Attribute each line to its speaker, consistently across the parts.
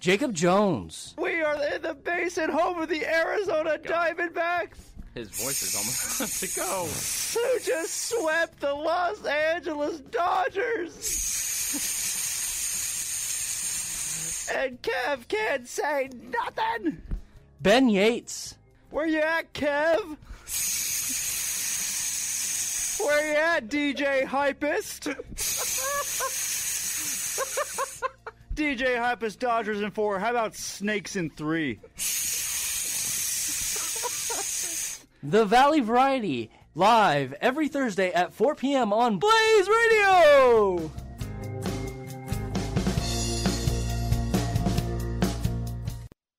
Speaker 1: Jacob Jones.
Speaker 2: We are in the basin, home of the Arizona Diamondbacks,
Speaker 3: His voice is almost up to go.
Speaker 2: who just swept the Los Angeles Dodgers. and Kev can't say nothing.
Speaker 1: Ben Yates.
Speaker 2: Where you at, Kev? Where you at, DJ Hypest? DJ Hypest Dodgers in four. How about Snakes in three?
Speaker 1: The Valley Variety. Live every Thursday at 4 p.m. on Blaze Radio.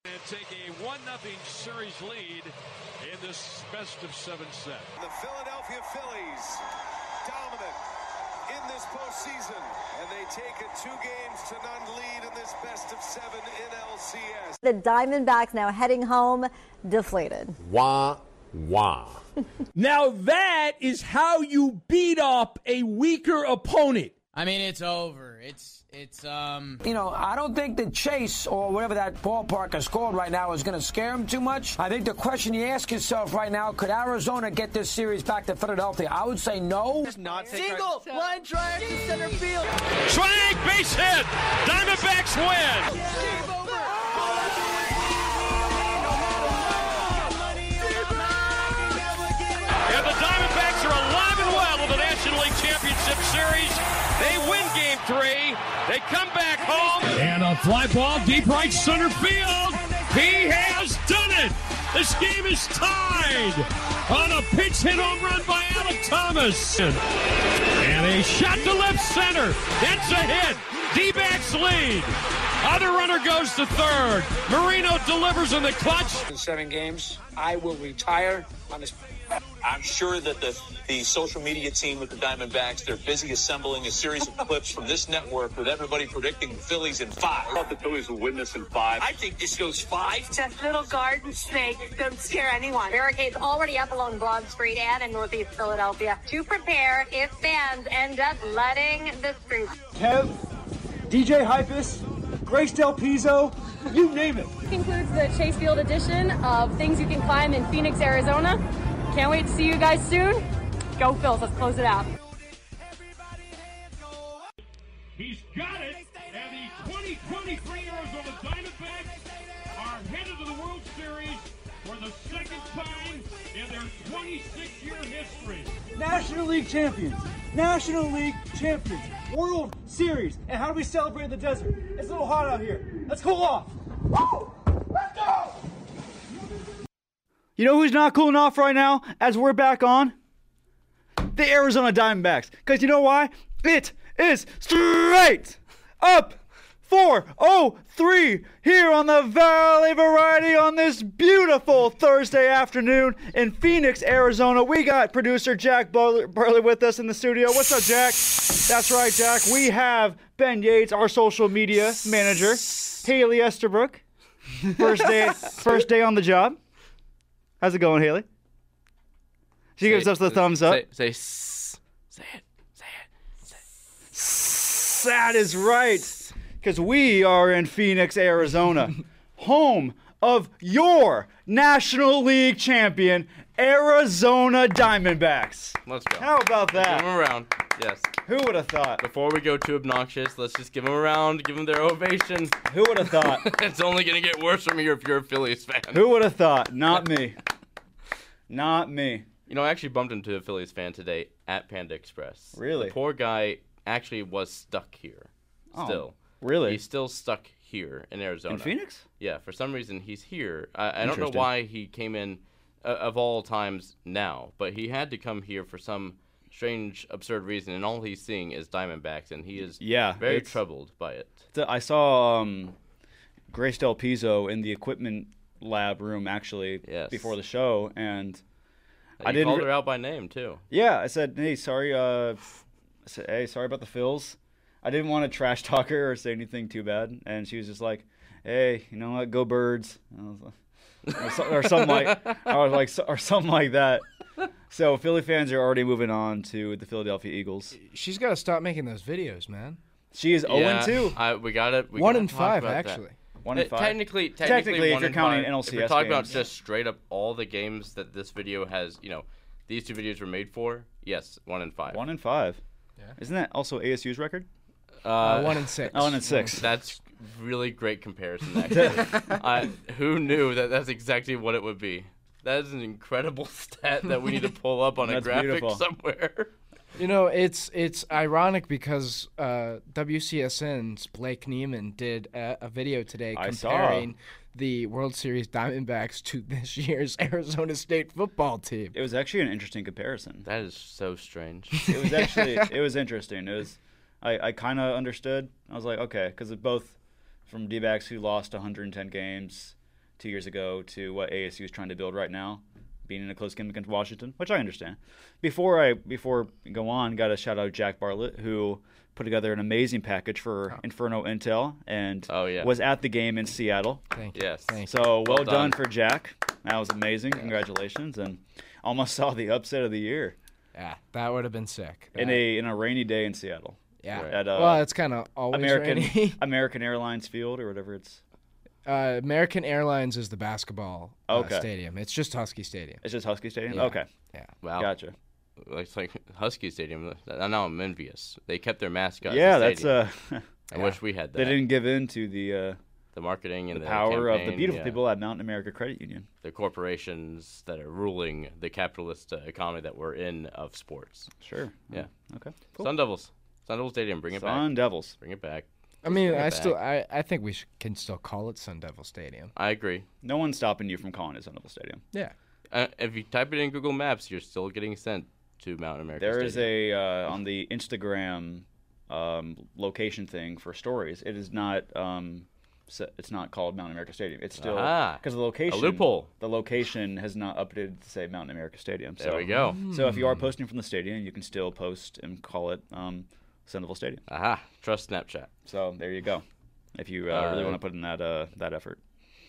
Speaker 4: and take a 1 0 series lead in this best of seven set.
Speaker 5: The Philadelphia Phillies dominant in this postseason, and they take a two games to none lead in this best of seven in LCS.
Speaker 6: The Diamondbacks now heading home deflated.
Speaker 7: Wah, wah.
Speaker 8: Now that is how you beat up a weaker opponent.
Speaker 9: I mean, it's over. It's it's um.
Speaker 10: You know, I don't think the chase or whatever that ballpark is called right now is going to scare him too much. I think the question you ask yourself right now could Arizona get this series back to Philadelphia? I would say no.
Speaker 3: Not
Speaker 1: Single line drive to center field.
Speaker 4: Swing, base hit, Diamondbacks win. And the Diamondbacks are alive and well in the National League Championship Series. They win game three. They come back home. And a fly ball deep right center field. He has done it. This game is tied on a pitch hit home run by Alec Thomas. And a shot to left center. That's a hit. D-backs lead. Other runner goes to third. Marino delivers in the clutch.
Speaker 10: In seven games, I will retire on this.
Speaker 11: I'm sure that the, the social media team with the Diamondbacks, they're busy assembling a series of clips from this network with everybody predicting the Phillies in five. I thought the Phillies would win this in five. I think this goes five.
Speaker 12: Just little garden snake. Don't scare anyone. Barricades already up along Broad Street and in Northeast Philadelphia to prepare if fans end up letting the streets.
Speaker 2: Kev, DJ Hypus, Grace Del Pizzo, you name it.
Speaker 12: Concludes the Chase Field edition of Things You Can Climb in Phoenix, Arizona. Can't wait to see you guys soon. Go Phils. Let's close it out.
Speaker 4: He's got it, and the 2023 Arizona Diamondbacks are headed to the World Series for the second time in their 26-year history.
Speaker 2: National League champions. National League champions. World Series. And how do we celebrate in the desert? It's a little hot out here. Let's cool off. Woo! Let's go! You know who's not cooling off right now as we're back on? The Arizona Diamondbacks. Because you know why? It is straight up 403 here on the Valley Variety on this beautiful Thursday afternoon in Phoenix, Arizona. We got producer Jack Burley Burley with us in the studio. What's up, Jack? That's right, Jack. We have Ben Yates, our social media manager, Haley Esterbrook. First day, first day on the job. How's it going, Haley? She gives us the thumbs up.
Speaker 3: Say, say, s- say it. Say it.
Speaker 2: That is right. Because we are in Phoenix, Arizona, home of your National League champion, Arizona Diamondbacks.
Speaker 3: Let's go.
Speaker 2: How about
Speaker 3: Give
Speaker 2: that?
Speaker 3: him a round. Yes.
Speaker 2: Who would have thought?
Speaker 3: Before we go too obnoxious, let's just give him a round. Give him their ovation.
Speaker 2: Who would have thought?
Speaker 3: it's only gonna get worse from here if you're a Phillies fan.
Speaker 2: Who would have thought? Not me. Not me.
Speaker 3: You know, I actually bumped into a Phillies fan today at Panda Express.
Speaker 2: Really?
Speaker 3: The poor guy actually was stuck here. Still.
Speaker 2: really?
Speaker 3: He's still stuck here in Arizona.
Speaker 2: In Phoenix?
Speaker 3: Yeah, for some reason he's here. I, I don't know
Speaker 2: Interesting.
Speaker 3: why he came in uh, of all times now, but he had to come here for some strange, absurd reason, and all he's seeing is Diamondbacks, and he is
Speaker 2: Yeah,
Speaker 3: very
Speaker 2: it's-
Speaker 3: troubled by it.
Speaker 2: Th- I saw um, Grace Del Pizzo in the equipment lab room actually
Speaker 3: Yes.
Speaker 2: before the show, and I
Speaker 3: I
Speaker 2: didn't
Speaker 3: called
Speaker 2: re-
Speaker 3: her out by name too.
Speaker 2: Yeah, I said, hey, sorry. Uh, I said, hey, sorry about the fills. I didn't want to trash talk her or say anything too bad, and she was just like, hey, you know what? Go birds. And I was like, or, so, or something like, I was like, so, or something like that. So Philly fans are already moving on to the Philadelphia Eagles.
Speaker 9: She's got to stop making those videos, man.
Speaker 2: She is zero
Speaker 3: yeah,
Speaker 2: Oh, and two.
Speaker 3: I, we got it.
Speaker 9: One in five, actually.
Speaker 2: One and
Speaker 3: Uh,
Speaker 2: five.
Speaker 3: Technically, technically,
Speaker 2: if
Speaker 3: one
Speaker 2: you're
Speaker 3: and
Speaker 2: counting
Speaker 3: five.
Speaker 2: NLCS
Speaker 3: if we're talking about
Speaker 2: games.
Speaker 3: just straight up all the games that this video has, you know, these two videos were made for. Yes, one and five.
Speaker 2: One and five. Isn't that also ASU's record?
Speaker 3: Uh,
Speaker 2: Oh, one and six.
Speaker 3: That's really great comparison. Actually, I, who knew that? That's exactly what it would be. That is an incredible stat that we need to pull up on a
Speaker 2: That's
Speaker 3: graphic
Speaker 2: beautiful.
Speaker 3: somewhere.
Speaker 13: You know, it's it's ironic because uh, WCSN's Blake Neiman did a, a video today
Speaker 2: I saw.
Speaker 13: comparing the World Series Diamondbacks to this year's Arizona State football team.
Speaker 2: It was actually an interesting comparison.
Speaker 3: That is so strange.
Speaker 2: It was actually it was interesting. It was I, I kind of understood. I was like, okay, because both from D-backs who lost 110 games two years ago to what ASU is trying to build right now, being in a close game against Washington, which I understand. Before I before I go on, got to shout out Jack Bartlett who put together an amazing package for Inferno Intel and
Speaker 3: Oh. yeah.
Speaker 2: was at the game in Seattle.
Speaker 13: Thank
Speaker 3: you. Yes. Thank you.
Speaker 2: So well,
Speaker 3: Well
Speaker 2: done.
Speaker 3: done.
Speaker 2: for Jack. That was amazing. Congratulations, and almost saw the upset of the year
Speaker 13: Yeah, that would have been sick.
Speaker 2: in a in a rainy day in Seattle.
Speaker 13: Yeah. Right.
Speaker 2: At, uh,
Speaker 13: Well, it's kinda always
Speaker 2: American
Speaker 13: rainy.
Speaker 2: American Airlines Field or whatever it's.
Speaker 13: uh, American Airlines is the basketball uh,
Speaker 2: Okay.
Speaker 13: stadium. It's just Husky Stadium.
Speaker 2: It's just Husky Stadium.
Speaker 13: Yeah.
Speaker 2: Okay.
Speaker 13: Yeah.
Speaker 3: Wow.
Speaker 2: Gotcha.
Speaker 3: It's like Husky Stadium. uh, Now I'm envious. They kept their mascot. in
Speaker 2: yeah,
Speaker 3: the
Speaker 2: that's uh.
Speaker 3: stadium. I wish we had that.
Speaker 2: They didn't give in to the uh,
Speaker 3: the marketing and
Speaker 2: the
Speaker 3: the,
Speaker 2: power of the
Speaker 3: campaign,
Speaker 2: beautiful
Speaker 3: yeah.
Speaker 2: people at Mountain America Credit Union.
Speaker 3: the corporations that are ruling the capitalist uh, economy that we're in of sports.
Speaker 2: Sure.
Speaker 3: Yeah.
Speaker 2: Okay.
Speaker 3: Sun Devils. Sun Devils Stadium. Bring it back.
Speaker 2: Sun Devils.
Speaker 3: Bring it back.
Speaker 13: I mean,
Speaker 3: Bring it
Speaker 13: I
Speaker 3: back.
Speaker 13: still I, I think we sh- can still call it Sun Devil Stadium.
Speaker 3: I agree.
Speaker 2: No one's stopping you from calling it Sun Devil Stadium.
Speaker 13: Yeah.
Speaker 3: Uh, if you type it in Google Maps, you're still getting sent to Mountain America.
Speaker 2: There
Speaker 3: Stadium.
Speaker 2: is a uh, on the Instagram um, location thing for stories. It is not. Um, se- it's not called Mountain America Stadium. It's still
Speaker 3: Ah,
Speaker 2: because the location
Speaker 3: a loophole.
Speaker 2: The location has not updated to say Mountain America Stadium. So,
Speaker 3: There we go. Hmm.
Speaker 2: So if you are posting from the stadium, you can still post and call it um, Centerville Stadium.
Speaker 3: Aha! Trust Snapchat.
Speaker 2: So there you go. If you uh, really
Speaker 3: Uh,
Speaker 2: want to put in that uh, that effort.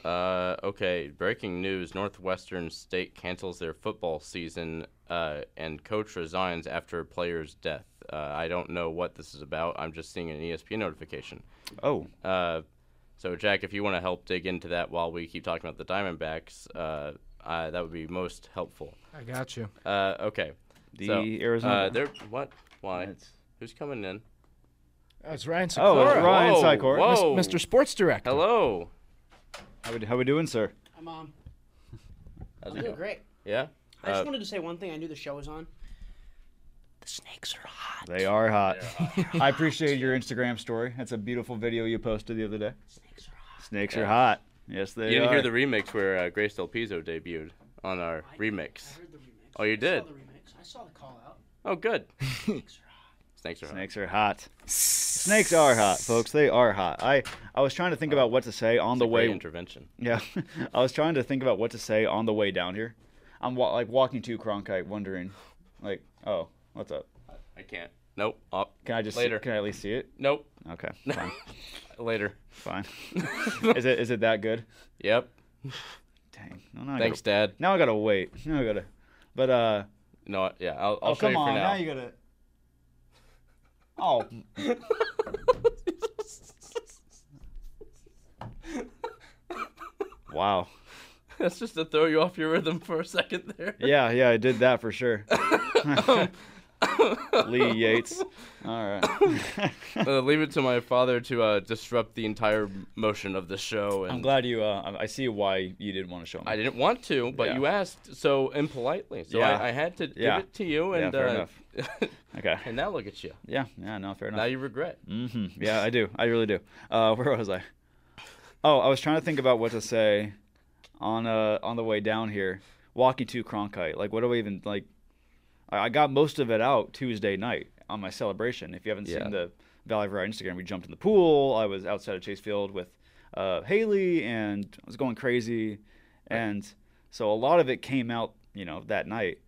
Speaker 3: Uh, okay, breaking news. Northwestern State cancels their football season uh, and coach resigns after player's death. Uh, I don't know what this is about. I'm just seeing an E ESPN notification.
Speaker 2: Oh.
Speaker 3: Uh, so, Jack, if you want to help dig into that while we keep talking about the Diamondbacks, uh, uh, that would be most helpful.
Speaker 13: I got you.
Speaker 3: Uh, okay.
Speaker 2: The
Speaker 3: So,
Speaker 2: Arizona-
Speaker 3: Uh, they're, what? Why? Who's coming in?
Speaker 13: Oh, it's Ryan Sikora.
Speaker 2: Oh, it's Ryan
Speaker 3: Whoa,
Speaker 2: Sycor.
Speaker 13: Mis-
Speaker 3: whoa.
Speaker 13: Mr. Sports Director.
Speaker 3: Hello.
Speaker 2: How we how we doing, sir?
Speaker 14: I'm on.
Speaker 3: How's
Speaker 14: I'm doing great.
Speaker 3: Yeah.
Speaker 14: I just
Speaker 2: Uh,
Speaker 14: wanted to say one thing. I knew the show was on. The snakes are hot.
Speaker 2: They are hot. I appreciate your Instagram story. That's a beautiful video you posted the other day. Snakes are hot. Snakes are
Speaker 3: Yeah.
Speaker 2: hot. Yes, they
Speaker 3: you
Speaker 2: are.
Speaker 3: didn't hear the remix where uh, Grace Del Pizzo debuted on our remix. I heard the remix. Oh, you did?
Speaker 14: I saw the call out.
Speaker 3: Oh, good. Snakes are hot.
Speaker 2: Snakes are hot. Snakes are hot, folks. They are hot. I, I was trying to think about what to say on the
Speaker 3: Uh, a great
Speaker 2: way.
Speaker 3: intervention.
Speaker 2: Yeah, I was trying to think about what to say on the way down here. I'm wa- like walking to Cronkite, wondering, like, oh, what's up?
Speaker 3: I can't. Nope. Up.
Speaker 2: Can I just see-
Speaker 3: later?
Speaker 2: can I at least see it?
Speaker 3: Nope.
Speaker 2: Okay. Fine.
Speaker 3: later.
Speaker 2: Fine. is it is it that good?
Speaker 3: Yep.
Speaker 2: Dang. No, now I
Speaker 3: Thanks,
Speaker 2: gotta-
Speaker 3: Dad.
Speaker 2: Now I gotta wait. Now I gotta. But uh.
Speaker 3: No. Yeah. I'll, I'll
Speaker 2: oh
Speaker 3: show
Speaker 2: come
Speaker 3: you
Speaker 2: on!
Speaker 3: for now.
Speaker 2: Now you gotta. Oh. wow.
Speaker 3: That's just to throw you off your rhythm for a second there.
Speaker 2: Yeah, yeah, I did that for sure. Lee Yates. All right.
Speaker 3: uh, leave it to my father to uh, disrupt the entire motion of the show. And
Speaker 2: I'm glad you. Uh, I- I see why you didn't want to show me.
Speaker 3: I didn't want to, but
Speaker 2: Yeah.
Speaker 3: you asked so impolitely, so
Speaker 2: Yeah.
Speaker 3: I, I had to
Speaker 2: Yeah.
Speaker 3: give it to you.
Speaker 2: Yeah,
Speaker 3: And
Speaker 2: fair
Speaker 3: uh,
Speaker 2: enough. Okay.
Speaker 3: And now look at you.
Speaker 2: Yeah, yeah, no, fair enough.
Speaker 3: Now you regret.
Speaker 2: hmm Yeah, I do. I really do. Uh, where was I? Oh, I was trying to think about what to say on uh on the way down here, walking to Cronkite. Like, what do I even like? I, I got most of it out Tuesday night on my celebration. If you haven't
Speaker 3: Yeah.
Speaker 2: seen the Valley of Our Instagram, we jumped in the pool. I was outside of Chase Field with uh, Haley, and I was going crazy, and so a lot of it came out, you know, that night.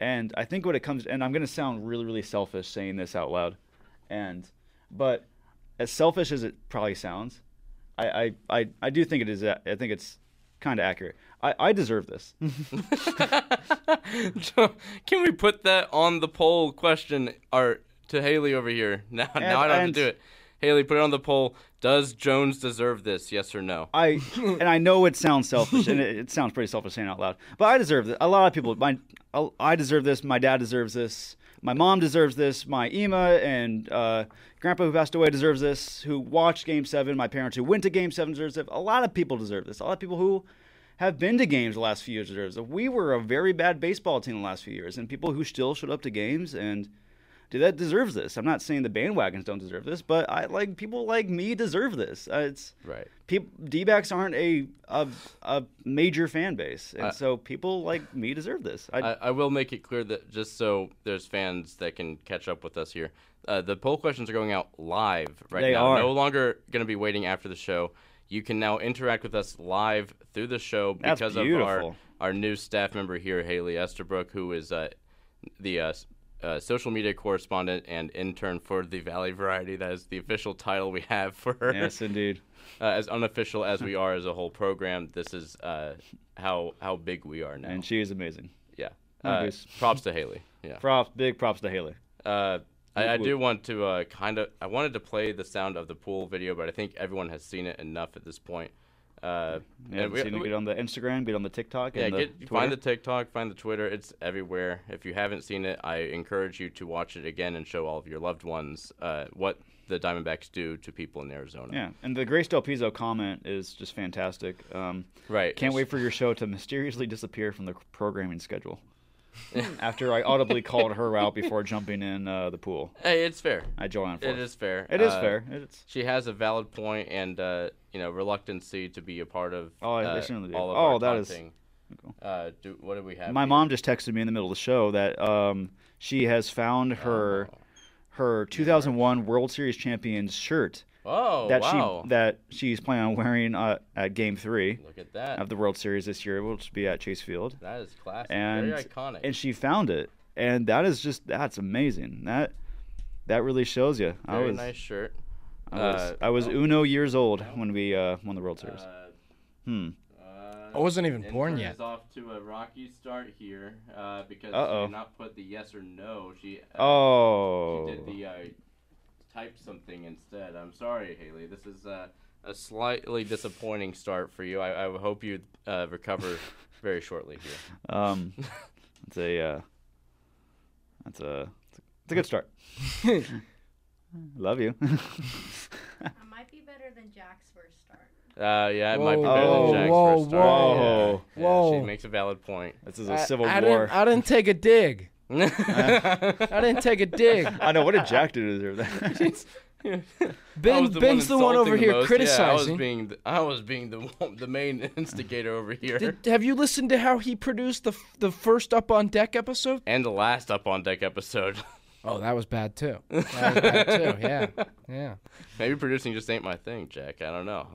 Speaker 2: And I think what it comes, and I'm gonna sound really, really selfish saying this out loud, and but as selfish as it probably sounds, I I, I, I do think it is. a- I think it's kind of accurate. I, I deserve this.
Speaker 3: Can we put that on the poll question or to Haley over here? Now, now I don't have
Speaker 2: and-
Speaker 3: to do it. Haley, put it on the poll. Does Jones deserve this? Yes or no?
Speaker 2: I and I know it sounds selfish, and it, it sounds pretty selfish saying it out loud. But I deserve this. A lot of people, my, I deserve this. My dad deserves this. My mom deserves this. My Ema and uh, grandpa who passed away deserves this. Who watched Game Seven? My parents who went to Game Seven deserves it. A lot of people deserve this. A lot of people who have been to games the last few years deserves it. We were a very bad baseball team the last few years, and people who still showed up to games and dude, that deserves this. I'm not saying the bandwagons don't deserve this, but I like people like me deserve this. Uh, it's
Speaker 3: right.
Speaker 2: People D-backs aren't a a, a major fan base, and
Speaker 3: I-
Speaker 2: so people like me deserve this. I,
Speaker 3: I, I will make it clear that just so there's fans that can catch up with us here, uh, the poll questions are going out live right
Speaker 2: They
Speaker 3: now.
Speaker 2: are.
Speaker 3: No longer going to be waiting after the show. You can now interact with us live through the show
Speaker 2: That's
Speaker 3: because of
Speaker 2: beautiful.
Speaker 3: our our new staff member here, Haley Esterbrook, who is uh, the uh, s- uh, social media correspondent and intern for the Valley Variety. That is the official title we have for her.
Speaker 2: Yes, indeed.
Speaker 3: Uh, as unofficial as we are as a whole program, this is uh, how how big we are now.
Speaker 2: and she is amazing.
Speaker 3: Yeah.
Speaker 2: My
Speaker 3: Uh,
Speaker 2: goose.
Speaker 3: props to Haley. Yeah.
Speaker 2: Props, big props to Haley.
Speaker 3: Uh, I, I
Speaker 2: Whoop,
Speaker 3: do want to uh, kind of. I wanted to play the sound of the pool video, but I think everyone has seen it enough at this point. Uh,
Speaker 2: Yeah,
Speaker 3: and we-
Speaker 2: seen it,
Speaker 3: we-
Speaker 2: get on the Instagram, get on the TikTok,
Speaker 3: yeah,
Speaker 2: and the
Speaker 3: get,
Speaker 2: Twitter.
Speaker 3: find the TikTok, find the Twitter. It's everywhere. If you haven't seen it, I encourage you to watch it again and show all of your loved ones uh, what the Diamondbacks do to people in Arizona.
Speaker 2: Yeah, and the Grace Del Pizzo comment is just fantastic. Um,
Speaker 3: Right.
Speaker 2: Can't wait for your show to mysteriously disappear from the programming schedule. After I audibly called her out before jumping in uh, the pool.
Speaker 3: Hey, it's fair.
Speaker 2: I join on
Speaker 3: It
Speaker 2: fourth.
Speaker 3: is fair. Uh,
Speaker 2: It is fair. It's-
Speaker 3: She has a valid point and uh, you know reluctancy to be a part of.
Speaker 2: Oh, I- I
Speaker 3: uh,
Speaker 2: certainly do.
Speaker 3: All of
Speaker 2: Oh,
Speaker 3: our
Speaker 2: that is-
Speaker 3: taunting. Uh, do, what do we have?
Speaker 2: My
Speaker 3: here?
Speaker 2: mom just texted me in the middle of the show that um, she has found her her 2001 World Series champions shirt.
Speaker 3: Oh,
Speaker 2: that
Speaker 3: wow.
Speaker 2: She, that she's planning on wearing uh, at Game Three.
Speaker 3: Look at that.
Speaker 2: of the World Series this year, which will be at Chase Field.
Speaker 3: That is classic.
Speaker 2: And
Speaker 3: Very iconic.
Speaker 2: and she found it, and that is just that's amazing. That that really shows you. I
Speaker 3: Very
Speaker 2: was
Speaker 3: nice shirt.
Speaker 2: I was,
Speaker 3: Uh,
Speaker 2: I was Uno years old when we uh, won the World Series. hmm.
Speaker 13: I wasn't even born
Speaker 3: Intern
Speaker 13: yet.
Speaker 3: Is off to a rocky start here uh, because
Speaker 2: Uh-oh.
Speaker 3: she did not put the yes or no. She uh,
Speaker 2: Oh.
Speaker 3: she did the uh, type something instead. I'm sorry, Haley. This is uh, a slightly disappointing start for you. I, I hope you uh, recover very shortly here.
Speaker 2: Um, it's a uh, that's a it's a good start. Love you.
Speaker 15: might be better than Jack's first start.
Speaker 3: Uh, yeah, it might be
Speaker 2: Whoa,
Speaker 3: better
Speaker 2: whoa,
Speaker 3: than Jack's
Speaker 2: whoa,
Speaker 3: first start.
Speaker 2: whoa,
Speaker 3: Yeah, yeah,
Speaker 2: whoa.
Speaker 3: she makes a valid point.
Speaker 2: Oh, This is a civil
Speaker 13: I
Speaker 2: war.
Speaker 13: Didn't, I didn't take a dig. I didn't take a dig.
Speaker 2: I know what did Jack do to deserve that?
Speaker 13: Ben-
Speaker 3: I was
Speaker 13: Ben's the one
Speaker 3: insulting
Speaker 13: over
Speaker 3: most. Yeah,
Speaker 13: here
Speaker 3: I was
Speaker 13: criticizing.
Speaker 3: being the, I was being the one- the main instigator over here.
Speaker 13: Did- have you listened to how he produced the f- the first Up on Deck episode?
Speaker 3: and the last up on deck episode.
Speaker 13: Oh, that was bad too. That was bad too. Yeah, yeah.
Speaker 3: Maybe producing just ain't my thing, Jack. I don't know.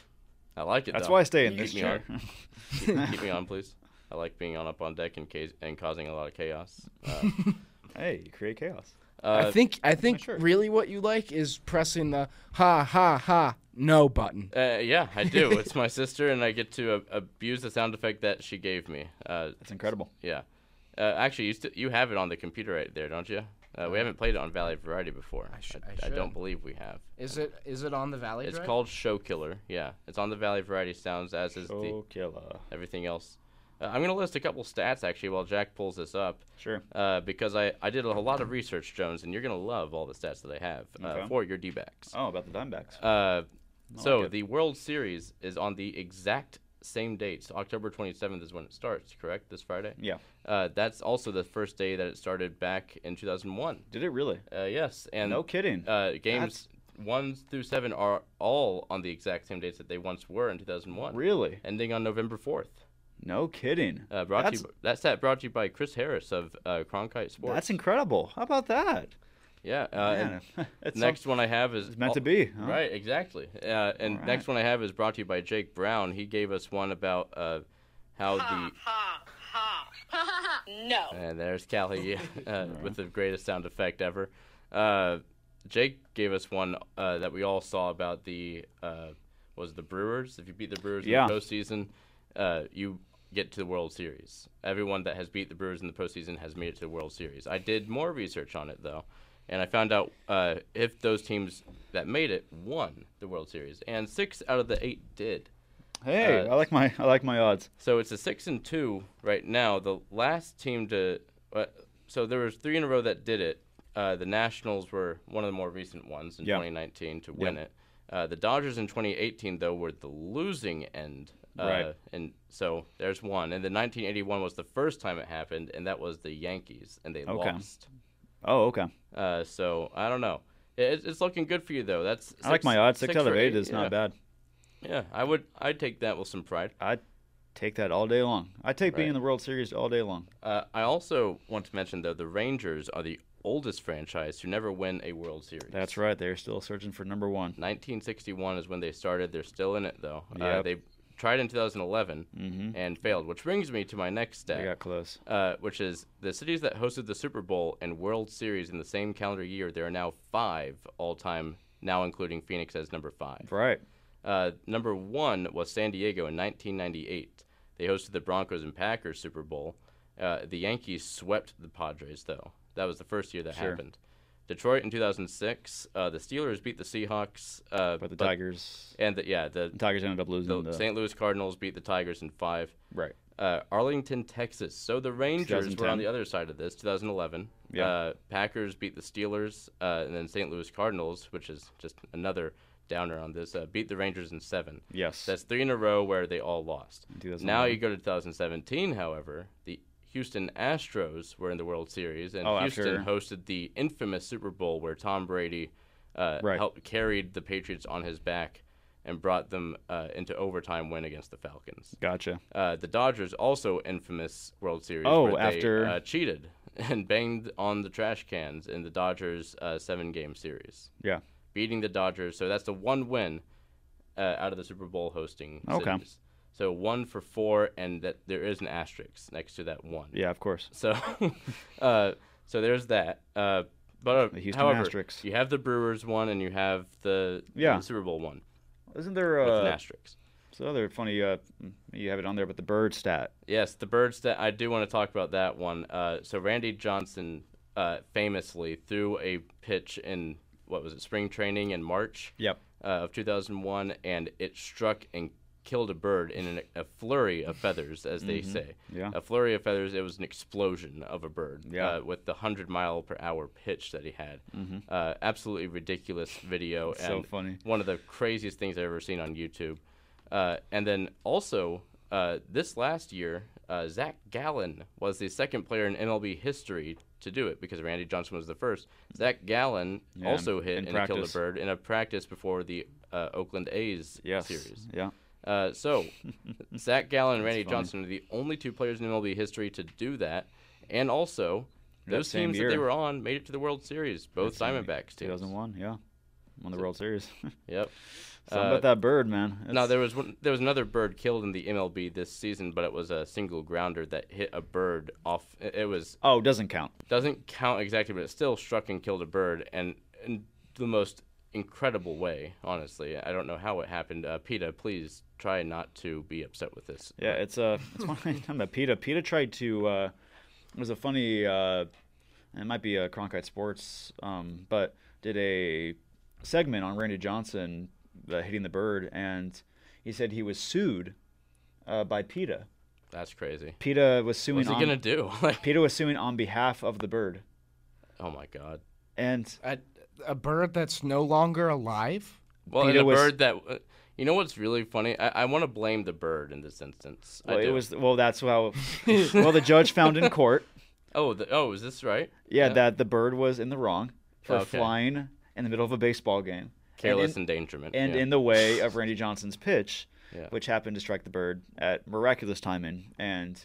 Speaker 3: I like it.
Speaker 2: That's
Speaker 3: though.
Speaker 2: why I stay in this
Speaker 3: Keep me
Speaker 2: chair.
Speaker 3: on. keep, keep me on, please. I like being on up on deck and, ca- and causing a lot of chaos. Uh,
Speaker 2: hey, you create chaos.
Speaker 13: I think I think really what you like is pressing the ha ha ha no button.
Speaker 3: Uh, yeah, I do. It's my sister, and I get to uh, abuse the sound effect that she gave me. Uh, That's
Speaker 2: incredible.
Speaker 3: Yeah. Uh, actually, you, st- you have it on the computer right there, don't you? Uh, we haven't played it on Valley Variety before. I, I, don't
Speaker 13: should.
Speaker 3: believe we have.
Speaker 13: Is it is it on the Valley?
Speaker 3: It's called Show Killer. Yeah, it's on the Valley Variety Sounds, as is the
Speaker 2: Show Killer.
Speaker 3: Everything else. Uh, I'm gonna list a couple stats actually while Jack pulls this up.
Speaker 2: Sure.
Speaker 3: Uh, because I, I did a lot of research, Jones, and you're gonna love all the stats that I have uh,
Speaker 2: Okay.
Speaker 3: for your D-backs.
Speaker 2: Oh, about the Dimebacks.
Speaker 3: Uh,
Speaker 2: I
Speaker 3: so
Speaker 2: like it.
Speaker 3: the World Series is on the exact same date. So October 27th is when it starts, correct? This Friday.
Speaker 2: Yeah.
Speaker 3: Uh, that's also the first day that it started back in 2001.
Speaker 2: Did it really?
Speaker 3: Uh, yes. And
Speaker 2: No kidding.
Speaker 3: Uh, games one through seven are all on the exact same dates that they once were in 2001.
Speaker 2: Really?
Speaker 3: Ending on November 4th.
Speaker 2: No kidding.
Speaker 3: Uh, brought
Speaker 2: that's,
Speaker 3: to you, that stat brought to you by Chris Harris of uh, Cronkite Sports.
Speaker 2: that's incredible. How about that?
Speaker 3: Yeah. Uh,
Speaker 2: Man,
Speaker 3: and
Speaker 2: it's
Speaker 3: next
Speaker 2: some-
Speaker 3: one I have is
Speaker 2: it's meant to be, huh?
Speaker 3: Right, exactly. Uh, and
Speaker 2: All
Speaker 3: next one I have is brought to you by Jake Brown. He gave us one about uh, how the
Speaker 16: no.
Speaker 3: and there's Callie uh, with the greatest sound effect ever. Uh, Jake gave us one uh, that we all saw about the uh, was the Brewers. If you beat the Brewers
Speaker 2: Yeah.
Speaker 3: in the postseason, uh, you get to the World Series. Everyone that has beat the Brewers in the postseason has made it to the World Series. I did more research on it though, And I found out uh, if those teams that made it won the World Series, and six out of the eight did.
Speaker 2: Hey,
Speaker 3: Uh,
Speaker 2: I like my I like my odds.
Speaker 3: So it's a six and two right now. The last team to uh, so there was three in a row that did it. Uh, the Nationals were one of the more recent ones in
Speaker 2: Yeah.
Speaker 3: 2019 to win
Speaker 2: Yeah.
Speaker 3: it. Uh, the Dodgers in 2018 though were the losing end. Uh,
Speaker 2: Right.
Speaker 3: And so there's one. And then 1981 was the first time it happened, and that was the Yankees, and they
Speaker 2: Okay.
Speaker 3: lost.
Speaker 2: Oh, okay.
Speaker 3: Uh, so I don't know. It, it's looking good for you though. That's
Speaker 2: I like my odds. Six, out
Speaker 3: for
Speaker 2: of eight is
Speaker 3: yeah.
Speaker 2: not bad.
Speaker 3: Yeah, I would. I'd take that with some pride.
Speaker 2: I'd take that all day long. I take being
Speaker 3: Right.
Speaker 2: in the World Series all day long.
Speaker 3: Uh, I also want to mention though the Rangers are the oldest franchise to never win a World Series.
Speaker 2: That's right. They're still searching for number one.
Speaker 3: 1961 is when they started. They're still in it though. Uh,
Speaker 2: Yep.
Speaker 3: they tried in 2011
Speaker 2: Mhm.
Speaker 3: and failed, which brings me to my next stat.
Speaker 2: They got close.
Speaker 3: Uh, which is the cities that hosted the Super Bowl and World Series in the same calendar year. There are now five all time, now including Phoenix as number five.
Speaker 2: Right.
Speaker 3: Uh, number one was San Diego in 1998. They hosted the Broncos and Packers Super Bowl. Uh, the Yankees swept the Padres, though. That was the first year that
Speaker 2: Sure.
Speaker 3: happened. Detroit in 2006. Uh, the Steelers beat the Seahawks. Uh,
Speaker 2: But the Tigers-
Speaker 3: And the, yeah, the,
Speaker 2: Tigers uh, ended up losing
Speaker 3: the
Speaker 2: the-
Speaker 3: St. Louis Cardinals beat the Tigers in five.
Speaker 2: Right.
Speaker 3: Uh, Arlington, Texas. So the Rangers were on
Speaker 2: 2010.
Speaker 3: the other side of this. 2011.
Speaker 2: Yeah.
Speaker 3: Uh, Packers beat the Steelers, uh, and then St. Louis Cardinals, which is just another downer on this, uh, beat the Rangers in seven.
Speaker 2: Yes.
Speaker 3: That's three in a row where they all lost.
Speaker 2: 2011.
Speaker 3: Now you go to 2017, however, the Houston Astros were in the World Series, and
Speaker 2: Oh,
Speaker 3: Houston
Speaker 2: after-
Speaker 3: hosted the infamous Super Bowl where Tom Brady uh,
Speaker 2: Right.
Speaker 3: helped carried the Patriots on his back and brought them uh, into overtime win against the Falcons.
Speaker 2: Gotcha.
Speaker 3: Uh, the Dodgers also infamous World Series.
Speaker 2: Oh,
Speaker 3: where they,
Speaker 2: after-
Speaker 3: uh, cheated and banged on the trash cans in the Dodgers uh, seven game series.
Speaker 2: Yeah.
Speaker 3: beating the Dodgers. So that's the one win uh, out of the Super Bowl hosting.
Speaker 2: Okay.
Speaker 3: Cities. So one for four, and that there is an asterisk next to that one.
Speaker 2: Yeah, of course.
Speaker 3: So, uh, so there's that. Uh, but uh,
Speaker 2: The Houston
Speaker 3: however,
Speaker 2: Asterix.
Speaker 3: you have the Brewers one, and you have the,
Speaker 2: Yeah.
Speaker 3: the Super Bowl one.
Speaker 2: Isn't there
Speaker 3: With
Speaker 2: uh,
Speaker 3: an asterisk.
Speaker 2: So other funny. Uh, you have it on there, but the bird stat.
Speaker 3: Yes, the birds that I do want to talk about that one. Uh, so Randy Johnson uh, famously threw a pitch in what was it spring training in March
Speaker 2: Yep.
Speaker 3: uh, of 2001, and it struck and killed a bird in an, a flurry of feathers, as they
Speaker 2: Mhm.
Speaker 3: say.
Speaker 2: Yeah.
Speaker 3: A flurry of feathers. It was an explosion of a bird.
Speaker 2: Yeah.
Speaker 3: Uh, with the hundred mile per hour pitch that he had.
Speaker 2: Mhm.
Speaker 3: Uh, absolutely ridiculous video.
Speaker 2: So
Speaker 3: and
Speaker 2: funny.
Speaker 3: One of the craziest things I've ever seen on YouTube. Uh, and then also, uh, this last year, uh, Zach Gallen was the second player in MLB history to do it because Randy Johnson was the first. Zach Gallen
Speaker 2: Yeah,
Speaker 3: also
Speaker 2: in- in
Speaker 3: hit and killed a
Speaker 2: practice.
Speaker 3: bird in a practice before the uh, Oakland A's
Speaker 2: Yes,
Speaker 3: series.
Speaker 2: yeah.
Speaker 3: Uh, so, Zach Gallen and
Speaker 2: That's
Speaker 3: Randy
Speaker 2: funny.
Speaker 3: Johnson are the only two players in MLB history to do that, and also
Speaker 2: That
Speaker 3: those
Speaker 2: same
Speaker 3: teams that they
Speaker 2: year.
Speaker 3: were on made it to the World Series. Both
Speaker 2: That's in
Speaker 3: Diamondbacks teams.
Speaker 2: 2001. Yeah. Won the World Series.
Speaker 3: Yep.
Speaker 2: Something
Speaker 3: Uh,
Speaker 2: about that bird, man.
Speaker 3: No, there was one, there was another bird killed in the MLB this season, but it was a single grounder that hit a bird off. It it was
Speaker 2: Oh, doesn't count.
Speaker 3: doesn't count exactly, but it still struck and killed a bird, and in the most incredible way. Honestly, I don't know how it happened. Uh, Peta, please try not to be upset with this.
Speaker 2: Yeah, it's uh, it's one time that Peta Peta tried to. Uh, it was a funny. Uh, it might be a Cronkite Sports, um, but did a segment on Randy Johnson uh, hitting the bird, and he said he was sued uh, by Peta.
Speaker 3: That's crazy.
Speaker 2: Peta was suing.
Speaker 3: What's he
Speaker 2: on,
Speaker 3: gonna do?
Speaker 2: Peta was suing on behalf of the bird,
Speaker 3: Oh my God.
Speaker 2: and
Speaker 13: A, a bird that's no longer alive.
Speaker 3: Well, and
Speaker 13: Peter
Speaker 3: a
Speaker 13: was-
Speaker 3: bird that uh, you know what's really funny? I, I want to blame the bird in this instance. I
Speaker 2: well, it
Speaker 3: do.
Speaker 2: was well. That's how. well, the judge found in court.
Speaker 3: Oh, the, oh, is this right?
Speaker 2: Yeah, that the bird was in the wrong for
Speaker 3: Okay.
Speaker 2: flying in the middle of a baseball game.
Speaker 3: Careless
Speaker 2: in-
Speaker 3: endangerment,
Speaker 2: And
Speaker 3: yeah.
Speaker 2: in the way of Randy Johnson's pitch,
Speaker 3: Yeah.
Speaker 2: which happened to strike the bird at miraculous timing. And,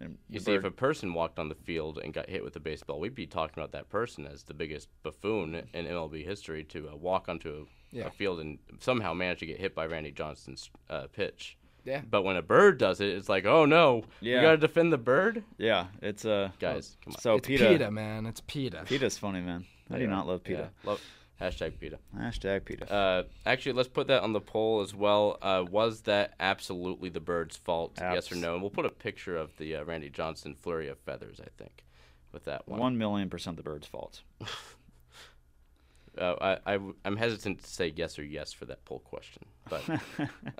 Speaker 2: and
Speaker 3: You
Speaker 2: the
Speaker 3: see, if
Speaker 2: bird-
Speaker 3: a person walked on the field and got hit with a baseball, we'd be talking about that person as the biggest buffoon in MLB history to uh, walk onto a,
Speaker 13: Yeah.
Speaker 3: a field and somehow manage to get hit by Randy Johnson's uh, pitch.
Speaker 13: Yeah.
Speaker 3: But when a bird does it, it's like, oh no, you
Speaker 2: Yeah.
Speaker 3: got to defend the bird.
Speaker 2: yeah, it's uh
Speaker 3: Guys, come on.
Speaker 2: So
Speaker 13: it's
Speaker 2: PETA,
Speaker 13: PETA. man. It's PETA.
Speaker 2: PETA's funny, man. I do not love PETA.
Speaker 3: Yeah, love hashtag PETA.
Speaker 2: Hashtag PETA.
Speaker 3: Uh, actually, let's put that on the poll as well. Uh, was that absolutely the bird's fault? Yes or
Speaker 2: Abs-
Speaker 3: no? And we'll put a picture of the uh, Randy Johnson flurry of feathers, I think, with that one.
Speaker 2: One million percent the bird's fault.
Speaker 3: Uh, I, I am hesitant to say yes or yes for that poll question, but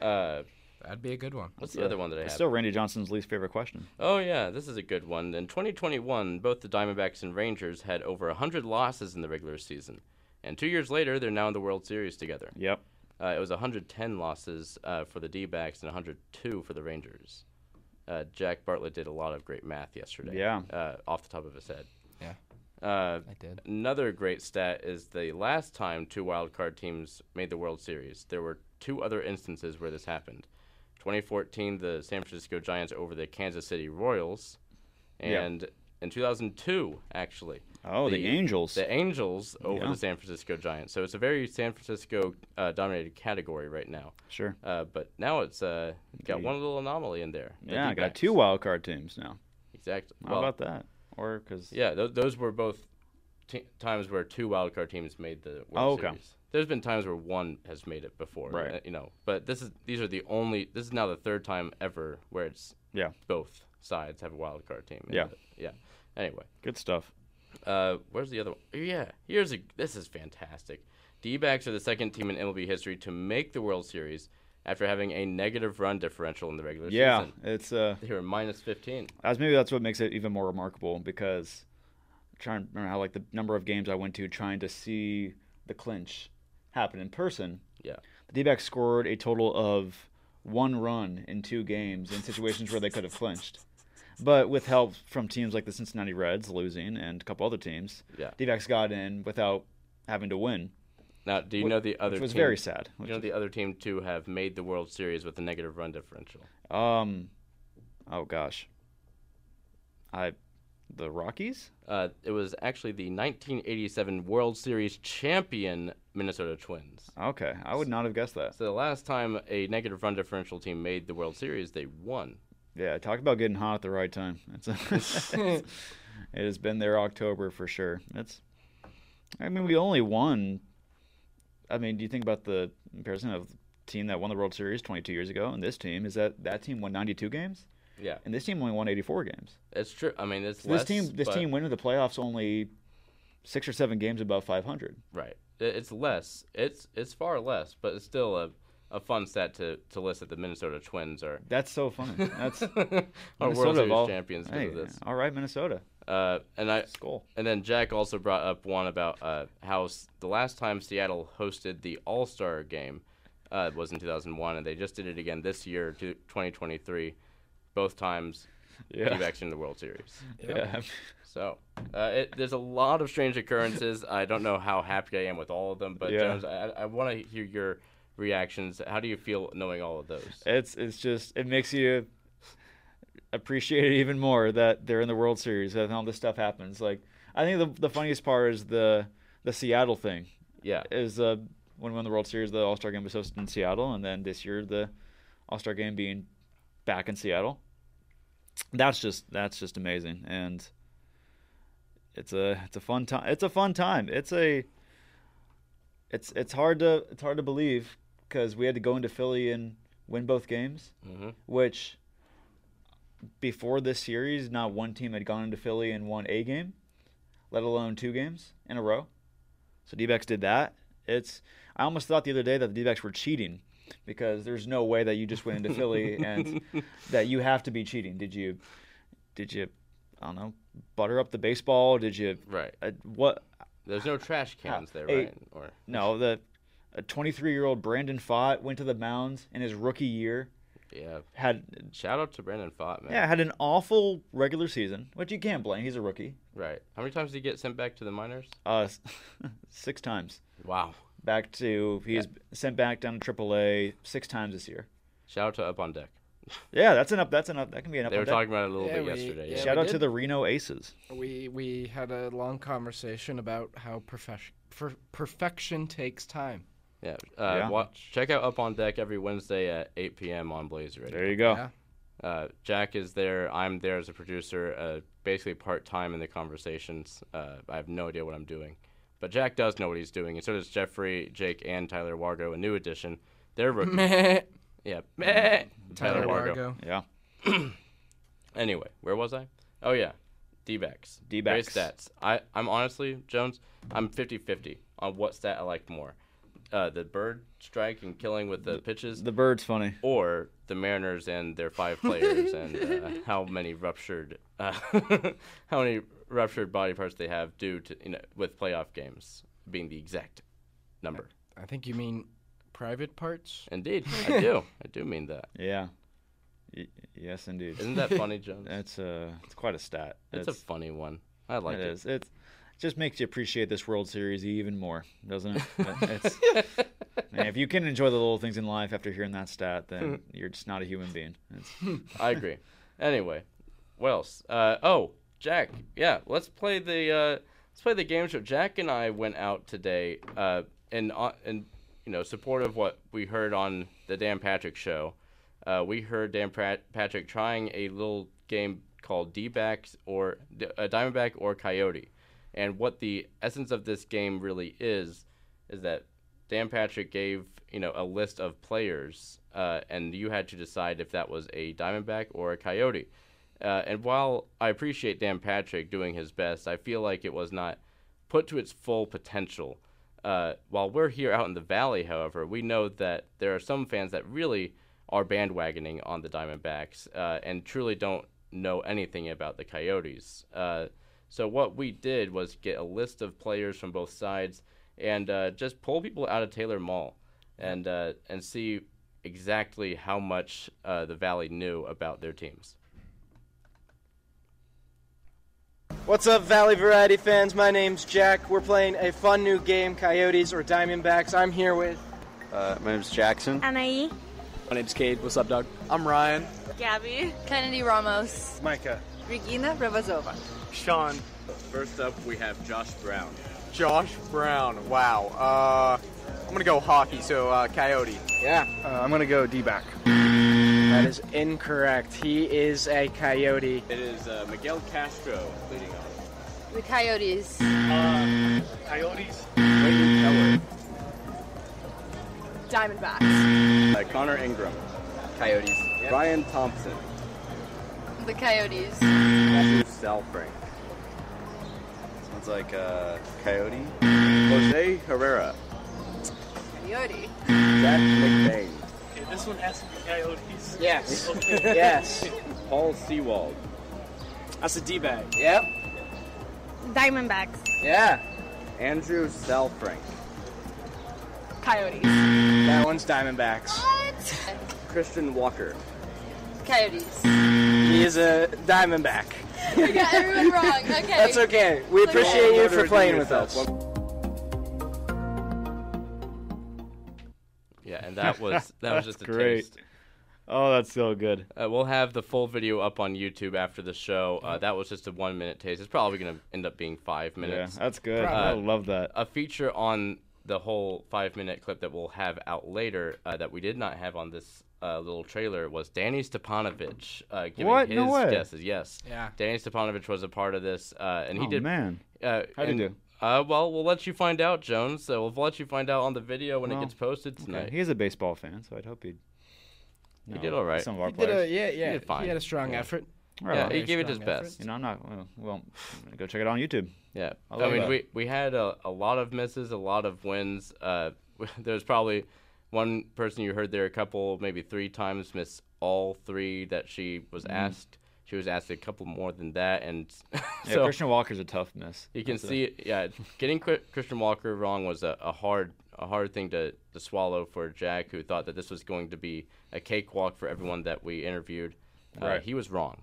Speaker 3: uh,
Speaker 16: that'd be a good one.
Speaker 3: What's the other one that I
Speaker 2: It's
Speaker 3: have?
Speaker 2: still Randy Johnson's least favorite question.
Speaker 3: Oh yeah, this is a good one. In 2021, both the Diamondbacks and Rangers had over 100 losses in the regular season, and two years later, they're now in the World Series together.
Speaker 2: Yep.
Speaker 3: Uh, it was 110 losses uh, for the D-backs and 102 for the Rangers. Uh, Jack Bartlett did a lot of great math yesterday.
Speaker 2: Yeah.
Speaker 3: Uh, off the top of his head.
Speaker 16: Yeah.
Speaker 3: Uh,
Speaker 16: I did.
Speaker 3: Another great stat is the last time two wild card teams made the World Series. There were two other instances where this happened. 2014, the San Francisco Giants over the Kansas City Royals,
Speaker 2: Yeah.
Speaker 3: and in 2002, actually.
Speaker 2: Oh, the Angels.
Speaker 3: The Angels over
Speaker 2: Yeah.
Speaker 3: the San Francisco Giants. So it's a very San Francisco uh, dominated category right now.
Speaker 2: Sure.
Speaker 3: Uh, but now it's uh, got
Speaker 2: Indeed.
Speaker 3: one little anomaly in there. The
Speaker 2: Yeah, I got
Speaker 3: D-backs.
Speaker 2: two wild card teams now.
Speaker 3: Exactly.
Speaker 2: How about that? Or because
Speaker 3: Yeah, th- those were both t- times where two wildcard teams made the World
Speaker 2: Oh, okay.
Speaker 3: Series. There's been times where one has made it before,
Speaker 2: Right.
Speaker 3: uh, You know, but this is these are the only. This is now the third time ever where it's
Speaker 2: Yeah.
Speaker 3: both sides have a wild card team. in
Speaker 2: Yeah.
Speaker 3: it. yeah. Anyway,
Speaker 2: good stuff.
Speaker 3: Uh, where's the other one? Yeah, here's a. This is fantastic. D-backs are the second team in MLB history to make the World Series after having a negative run differential in the regular
Speaker 2: Yeah,
Speaker 3: season.
Speaker 2: it's uh,
Speaker 3: They were minus 15.
Speaker 2: As maybe that's what makes it even more remarkable because I'm trying to remember how like the number of games I went to trying to see the clinch happen in person.
Speaker 3: Yeah.
Speaker 2: The D-backs scored a total of one run in two games in situations where they could have clinched. But with help from teams like the Cincinnati Reds losing and a couple other teams,
Speaker 3: Yeah.
Speaker 2: D-backs got in without having to win.
Speaker 3: Now, do you
Speaker 2: Wh-
Speaker 3: know the other?
Speaker 2: Which was
Speaker 3: team-
Speaker 2: very sad.
Speaker 3: Do you know the other team to have made the World Series with a negative run differential?
Speaker 2: Um, oh gosh, I, the Rockies.
Speaker 3: Uh, it was actually the 1987 World Series champion Minnesota Twins.
Speaker 2: Okay, I would not have guessed that.
Speaker 3: So the last time a negative run differential team made the World Series, they won.
Speaker 2: Yeah, talk about getting hot at the right time. It's it has been their October for sure. That's, I mean, we only won. I mean, do you think about the comparison of the team that won the World Series 22 years ago and this team? Is that that team won 92 games?
Speaker 3: Yeah.
Speaker 2: and this team only won 84 games.
Speaker 3: It's true. I mean, it's
Speaker 2: So this
Speaker 3: less,
Speaker 2: team, this
Speaker 3: but-
Speaker 2: team went to the playoffs only six or seven games above 500.
Speaker 3: Right. I- It's less. It's it's far less, but it's still a, a fun stat to, to list that the Minnesota Twins are
Speaker 2: That's so funny. That's
Speaker 3: Our
Speaker 2: Minnesota of
Speaker 3: World Series
Speaker 2: all-
Speaker 3: champions 'cause
Speaker 2: Hey,
Speaker 3: of this.
Speaker 2: All right, Minnesota.
Speaker 3: Uh, and I
Speaker 2: cool.
Speaker 3: and then Jack also brought up one about uh, how s- the last time Seattle hosted the All Star game uh, was in 2001, and they just did it again this year, to 2023. Both times,
Speaker 2: Yeah.
Speaker 3: D-backs in the World Series.
Speaker 2: Yep. Yeah.
Speaker 3: So uh, it, there's a lot of strange occurrences. I don't know how happy I am with all of them, but
Speaker 2: Yeah.
Speaker 3: Jones, I, I want to hear your reactions. How do you feel knowing all of those?
Speaker 2: It's it's just it makes you appreciate it even more that they're in the World Series and all this stuff happens. Like I think the the funniest part is the the Seattle thing.
Speaker 3: Yeah.
Speaker 2: Is uh when we won the World Series, the All Star game was hosted in Seattle, and then this year the All Star game being back in Seattle. That's just that's just amazing, and it's a it's a fun time. It's a fun time. It's a it's it's hard to it's hard to believe because we had to go into Philly and win both games,
Speaker 3: Mhm.
Speaker 2: which before this series, not one team had gone into Philly and won a game, let alone two games in a row. So D-backs did that. It's I almost thought the other day that the D-backs were cheating because there's no way that you just went into Philly and that you have to be cheating. Did you? Did you? I don't know. Butter up the baseball? Did you?
Speaker 3: Right.
Speaker 2: Uh, what?
Speaker 3: There's no trash cans there,
Speaker 2: Hey,
Speaker 3: right? Or
Speaker 2: No, the a 23 year old Brandon Fott went to the mounds in his rookie year.
Speaker 3: yeah.
Speaker 2: Had
Speaker 3: Shout out to Brandon Fott, man.
Speaker 2: yeah had an awful regular season, which you can't blame. He's a rookie.
Speaker 3: Right. How many times did he get sent back to the minors?
Speaker 2: Uh, six times.
Speaker 3: Wow.
Speaker 2: Back to he was sent back down to AAA six times this year.
Speaker 3: Shout out to Up on Deck.
Speaker 2: Yeah, that's enough. That's enough. That can be enough.
Speaker 3: They were talking about it a little Yeah, bit we- yesterday, yeah, yeah.
Speaker 2: Shout
Speaker 3: we
Speaker 2: out to
Speaker 3: did.
Speaker 2: the Reno Aces.
Speaker 13: We we had a long conversation about how perfection per- perfection takes time.
Speaker 3: Yeah. Uh,
Speaker 13: Yeah.
Speaker 3: wa- check out Up on Deck every Wednesday at 8 p.m. on Blaze Radio.
Speaker 2: There you go.
Speaker 13: Yeah.
Speaker 3: Uh, Jack is there. I'm there as a producer, uh, basically part time in the conversations. Uh, I have no idea what I'm doing. But Jack does know what he's doing, and so does Jeffrey, Jake, and Tyler Wargo, a new addition. They're rookies.
Speaker 13: Meh.
Speaker 3: Yeah. Meh.
Speaker 13: Tyler
Speaker 2: Yeah.
Speaker 3: Anyway, where was I? Oh yeah, D-backs.
Speaker 2: D-backs.
Speaker 3: Great stats. I I'm honestly Jones. I'm 50-50 on what stat I liked more. Uh, the bird strike and killing with the pitches.
Speaker 2: The bird's funny.
Speaker 3: Or the Mariners and their five players and uh, how many ruptured, uh, how many ruptured body parts they have due to you know, with playoff games being the exact number.
Speaker 13: I think you mean private parts.
Speaker 3: Indeed, I do. I do mean that.
Speaker 2: Yeah. Y- yes, indeed.
Speaker 3: Isn't that funny, Jones?
Speaker 2: That's a. It's quite a stat.
Speaker 3: It's, a funny one. I like
Speaker 2: It
Speaker 3: it.
Speaker 2: is. It's just makes you appreciate this World Series even more, doesn't it? It's, man, if you can enjoy the little things in life after hearing that stat, then
Speaker 3: Hmm.
Speaker 2: you're just not a human being. It's,
Speaker 3: I agree. Anyway, what else? Uh, oh, Jack. Yeah, let's play the uh, let's play the game show. Jack and I went out today, uh, and on and you know, support of what we heard on the Dan Patrick show. Uh, we heard Dan Pat- Patrick trying a little game called D-backs or D- uh, Diamondback or Coyote, and what the essence of this game really is is that Dan Patrick gave you know a list of players, uh, and you had to decide if that was a Diamondback or a Coyote. Uh, and while I appreciate Dan Patrick doing his best, I feel like it was not put to its full potential. Uh, while we're here out in the valley, however, we know that there are some fans that really are bandwagoning on the Diamondbacks uh, and truly don't know anything about the Coyotes. Uh, so what we did was get a list of players from both sides and uh, just pull people out of Taylor Mall and uh, and see exactly how much uh, the Valley knew about their teams.
Speaker 16: What's up, Valley Variety fans? My name's Jack. We're playing a fun new game, Coyotes or Diamondbacks. I'm here with.
Speaker 17: Uh, my name's Jackson.
Speaker 18: Anaí.
Speaker 17: My name's Cade. What's up, Doug? I'm Ryan.
Speaker 18: Gabby. Kennedy Ramos.
Speaker 17: Micah.
Speaker 18: Regina Revazova.
Speaker 17: Sean. First up, we have Josh Brown. Josh Brown. Wow. Uh, I'm gonna go hockey. So uh, Coyote.
Speaker 16: Yeah.
Speaker 17: Uh, I'm gonna go D-back.
Speaker 18: Mm.
Speaker 16: That is incorrect. He is a Coyote.
Speaker 11: It is uh, Miguel Castro leading off.
Speaker 18: The Coyotes.
Speaker 11: Coyotes.
Speaker 18: Diamondbacks.
Speaker 11: Uh, Connor Ingram. Coyotes. Ryan Thompson.
Speaker 18: The Coyotes.
Speaker 11: Sal Frank.
Speaker 17: Sounds like uh, Coyote.
Speaker 11: Jose Herrera.
Speaker 18: Coyote.
Speaker 11: Jack McBain.
Speaker 19: Okay, this one has to be coyotes.
Speaker 16: Yes.
Speaker 19: Okay.
Speaker 11: Paul Seawald.
Speaker 16: That's a D bag. Yep.
Speaker 18: Diamondbacks.
Speaker 16: Yeah.
Speaker 11: Andrew Salfrank.
Speaker 18: Coyotes.
Speaker 16: That one's Diamondbacks.
Speaker 18: What?
Speaker 11: Christian Walker.
Speaker 18: Coyotes.
Speaker 16: He is a Diamondback.
Speaker 18: We got everyone wrong. Okay.
Speaker 16: That's okay. We appreciate you for playing with us.
Speaker 3: Yeah, and that was that was
Speaker 2: That's
Speaker 3: just a
Speaker 2: great.
Speaker 3: taste.
Speaker 2: oh, that's so good.
Speaker 3: Uh, we'll have the full video up on YouTube after the show. Uh, that was just a one minute taste. It's probably going to end up being five minutes.
Speaker 2: that's good. I love that.
Speaker 3: A feature on the whole five minute clip that we'll have out later uh, that we did not have on this uh, little trailer was Danny Stepanovich uh, giving
Speaker 2: What?
Speaker 3: his
Speaker 2: No way.
Speaker 3: guesses. Yes.
Speaker 2: Yeah.
Speaker 3: Danny Stepanovich was a part of this, uh, and he
Speaker 2: Oh,
Speaker 3: did.
Speaker 2: man.
Speaker 3: Uh,
Speaker 2: How'd he
Speaker 3: and-
Speaker 2: do?
Speaker 3: Uh, well, we'll let you find out, Jones. So we'll let you find out on the video when it
Speaker 2: Well,
Speaker 3: gets posted
Speaker 2: okay.
Speaker 3: tonight.
Speaker 2: He is a baseball fan, so I'd hope he'd.
Speaker 3: He did all right.
Speaker 2: Some of our
Speaker 13: He did a-
Speaker 2: players.
Speaker 13: yeah, He yeah, did he fine. had a strong Yeah. effort.
Speaker 2: Right
Speaker 3: Yeah,
Speaker 2: on.
Speaker 3: he
Speaker 2: Very
Speaker 3: gave it his
Speaker 2: strong effort.
Speaker 3: best.
Speaker 2: You know, I'm not. Well, well, go check it out on YouTube.
Speaker 3: Yeah,
Speaker 2: I
Speaker 3: I,
Speaker 2: love
Speaker 3: mean,
Speaker 2: that.
Speaker 3: we we had a, a lot of misses, a lot of wins. Uh, there's probably one person you heard there a couple, maybe three times miss all three that she was
Speaker 2: Mm.
Speaker 3: asked. She was asked a couple more than that, and
Speaker 2: Yeah,
Speaker 3: so
Speaker 2: Christian Walker's a tough miss.
Speaker 3: you can
Speaker 2: That's a-
Speaker 3: see, it- yeah, getting Cri- Christian Walker wrong was a, a hard a hard thing to, to swallow for Jack, who thought that this was going to be a cakewalk for everyone that we interviewed. Uh,
Speaker 13: Right.
Speaker 3: He was wrong.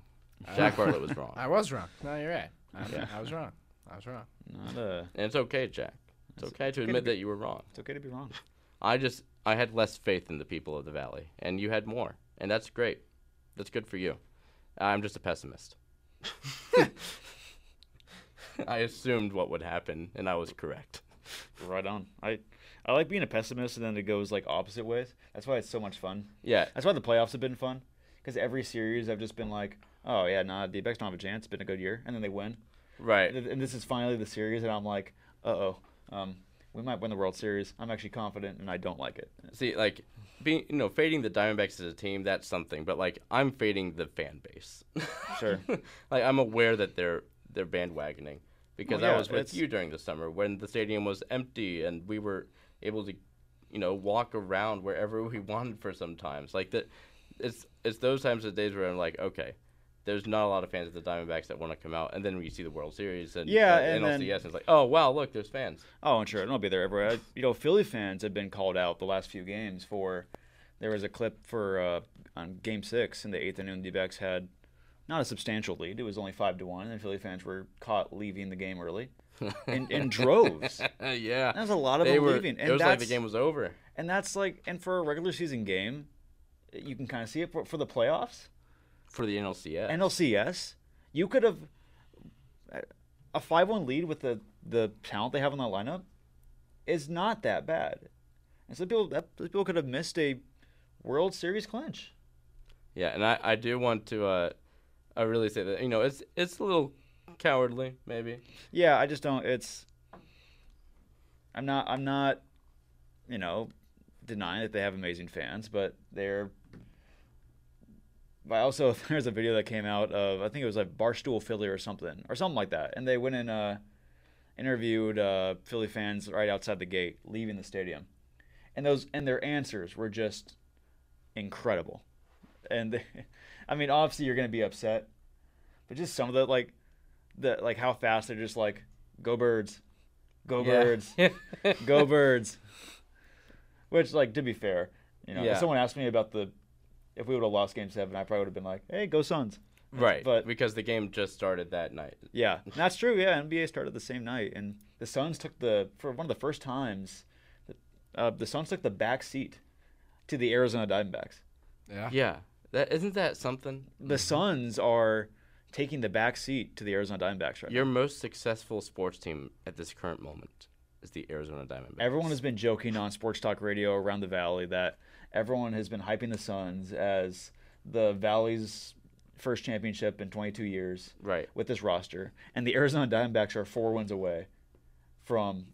Speaker 3: Jack Bartlett was wrong.
Speaker 13: I was wrong. No, you're right. I,
Speaker 3: Yeah.
Speaker 13: I was wrong. I was wrong.
Speaker 2: Not a-
Speaker 3: And it's okay, Jack. It's
Speaker 2: okay
Speaker 3: okay to
Speaker 2: to
Speaker 3: admit
Speaker 2: be-
Speaker 3: that you were wrong.
Speaker 2: It's okay to be wrong.
Speaker 3: I just I had less faith in the people of the valley, and you had more, and that's great. That's good for you. I'm just a pessimist. I assumed what would happen, and I was correct.
Speaker 2: Right on. I I like being a pessimist, and then it goes like opposite ways. That's why it's so much fun.
Speaker 3: Yeah.
Speaker 2: That's why the playoffs have been fun. Because every series, I've just been like, oh yeah, nah, D-backs don't have a chance. It's been a good year, and then they win.
Speaker 3: Right.
Speaker 2: And, and this is finally the series, and I'm like, uh oh, um, we might win the World Series. I'm actually confident, and I don't like it.
Speaker 3: See, like being you know fading the Diamondbacks as a team, that's something. But like I'm fading the fan base.
Speaker 2: Sure.
Speaker 3: like I'm aware that they're they're bandwagoning, because
Speaker 20: Well,
Speaker 3: I
Speaker 20: yeah,
Speaker 3: was with
Speaker 20: it's-
Speaker 3: you during the summer when the stadium was empty and we were able to, you know, walk around wherever we wanted for some times. Like that, it's it's those times of days where I'm like, okay, there's not a lot of fans of the Diamondbacks that want to come out, and then when you see the World Series and
Speaker 2: Yeah,
Speaker 3: uh,
Speaker 2: and then-
Speaker 3: NLCS, it's like, oh wow, look, there's fans.
Speaker 2: Oh, and sure, and I'll be there everywhere. I, you know, Philly fans have been called out the last few games for. There was a clip for uh, on Game Six in the eighth inning. The D-backs had not a substantial lead. It was only five to one, and Philly fans were caught leaving the game early in, in droves.
Speaker 3: Uh, yeah,
Speaker 2: that was a lot of
Speaker 3: They
Speaker 2: them
Speaker 3: were-
Speaker 2: leaving. And
Speaker 3: it was like the
Speaker 2: that's-
Speaker 3: game was over.
Speaker 2: And that's like, and for a regular season game, you can kind of see it. But for the playoffs,
Speaker 3: for the NLCS,
Speaker 2: NLCS, you could have a five-one lead with the the talent they have in that lineup is not that bad. And some people that some people could have missed a World Series clinch.
Speaker 3: Yeah, and I, I do want to uh, I really say that you know it's it's a little cowardly maybe.
Speaker 2: Yeah, I just don't. It's I'm not I'm not you know denying that they have amazing fans, but they're. But I also there's a video that came out of I think it was like Barstool Philly or something or something like that, and they went and uh, interviewed uh, Philly fans right outside the gate leaving the stadium, and those and their answers were just incredible, and they, I mean obviously you're gonna be upset, but just some of the like the like how fast they're just like go birds, go
Speaker 3: Yeah.
Speaker 2: birds, go birds. Which, like, to be fair, you know,
Speaker 3: Yeah.
Speaker 2: if someone asked me about the if we would have lost Game Seven, I probably would have been like, "Hey, go Suns!"
Speaker 3: Right,
Speaker 2: But
Speaker 3: because the game just started that night.
Speaker 2: yeah, and that's true. Yeah, NBA started the same night, and the Suns took the for one of the first times, uh, the Suns took the back seat to the Arizona Diamondbacks.
Speaker 13: Yeah.
Speaker 3: Yeah. That isn't that something?
Speaker 2: The Suns are taking the back seat to the Arizona Diamondbacks right
Speaker 3: Your most successful sports team at this current moment is the Arizona Diamondbacks.
Speaker 2: Everyone has been joking on sports talk radio around the valley that everyone has been hyping the Suns as the Valley's first championship in 22 years.
Speaker 3: Right.
Speaker 2: With this roster, and the Arizona Diamondbacks are four wins away from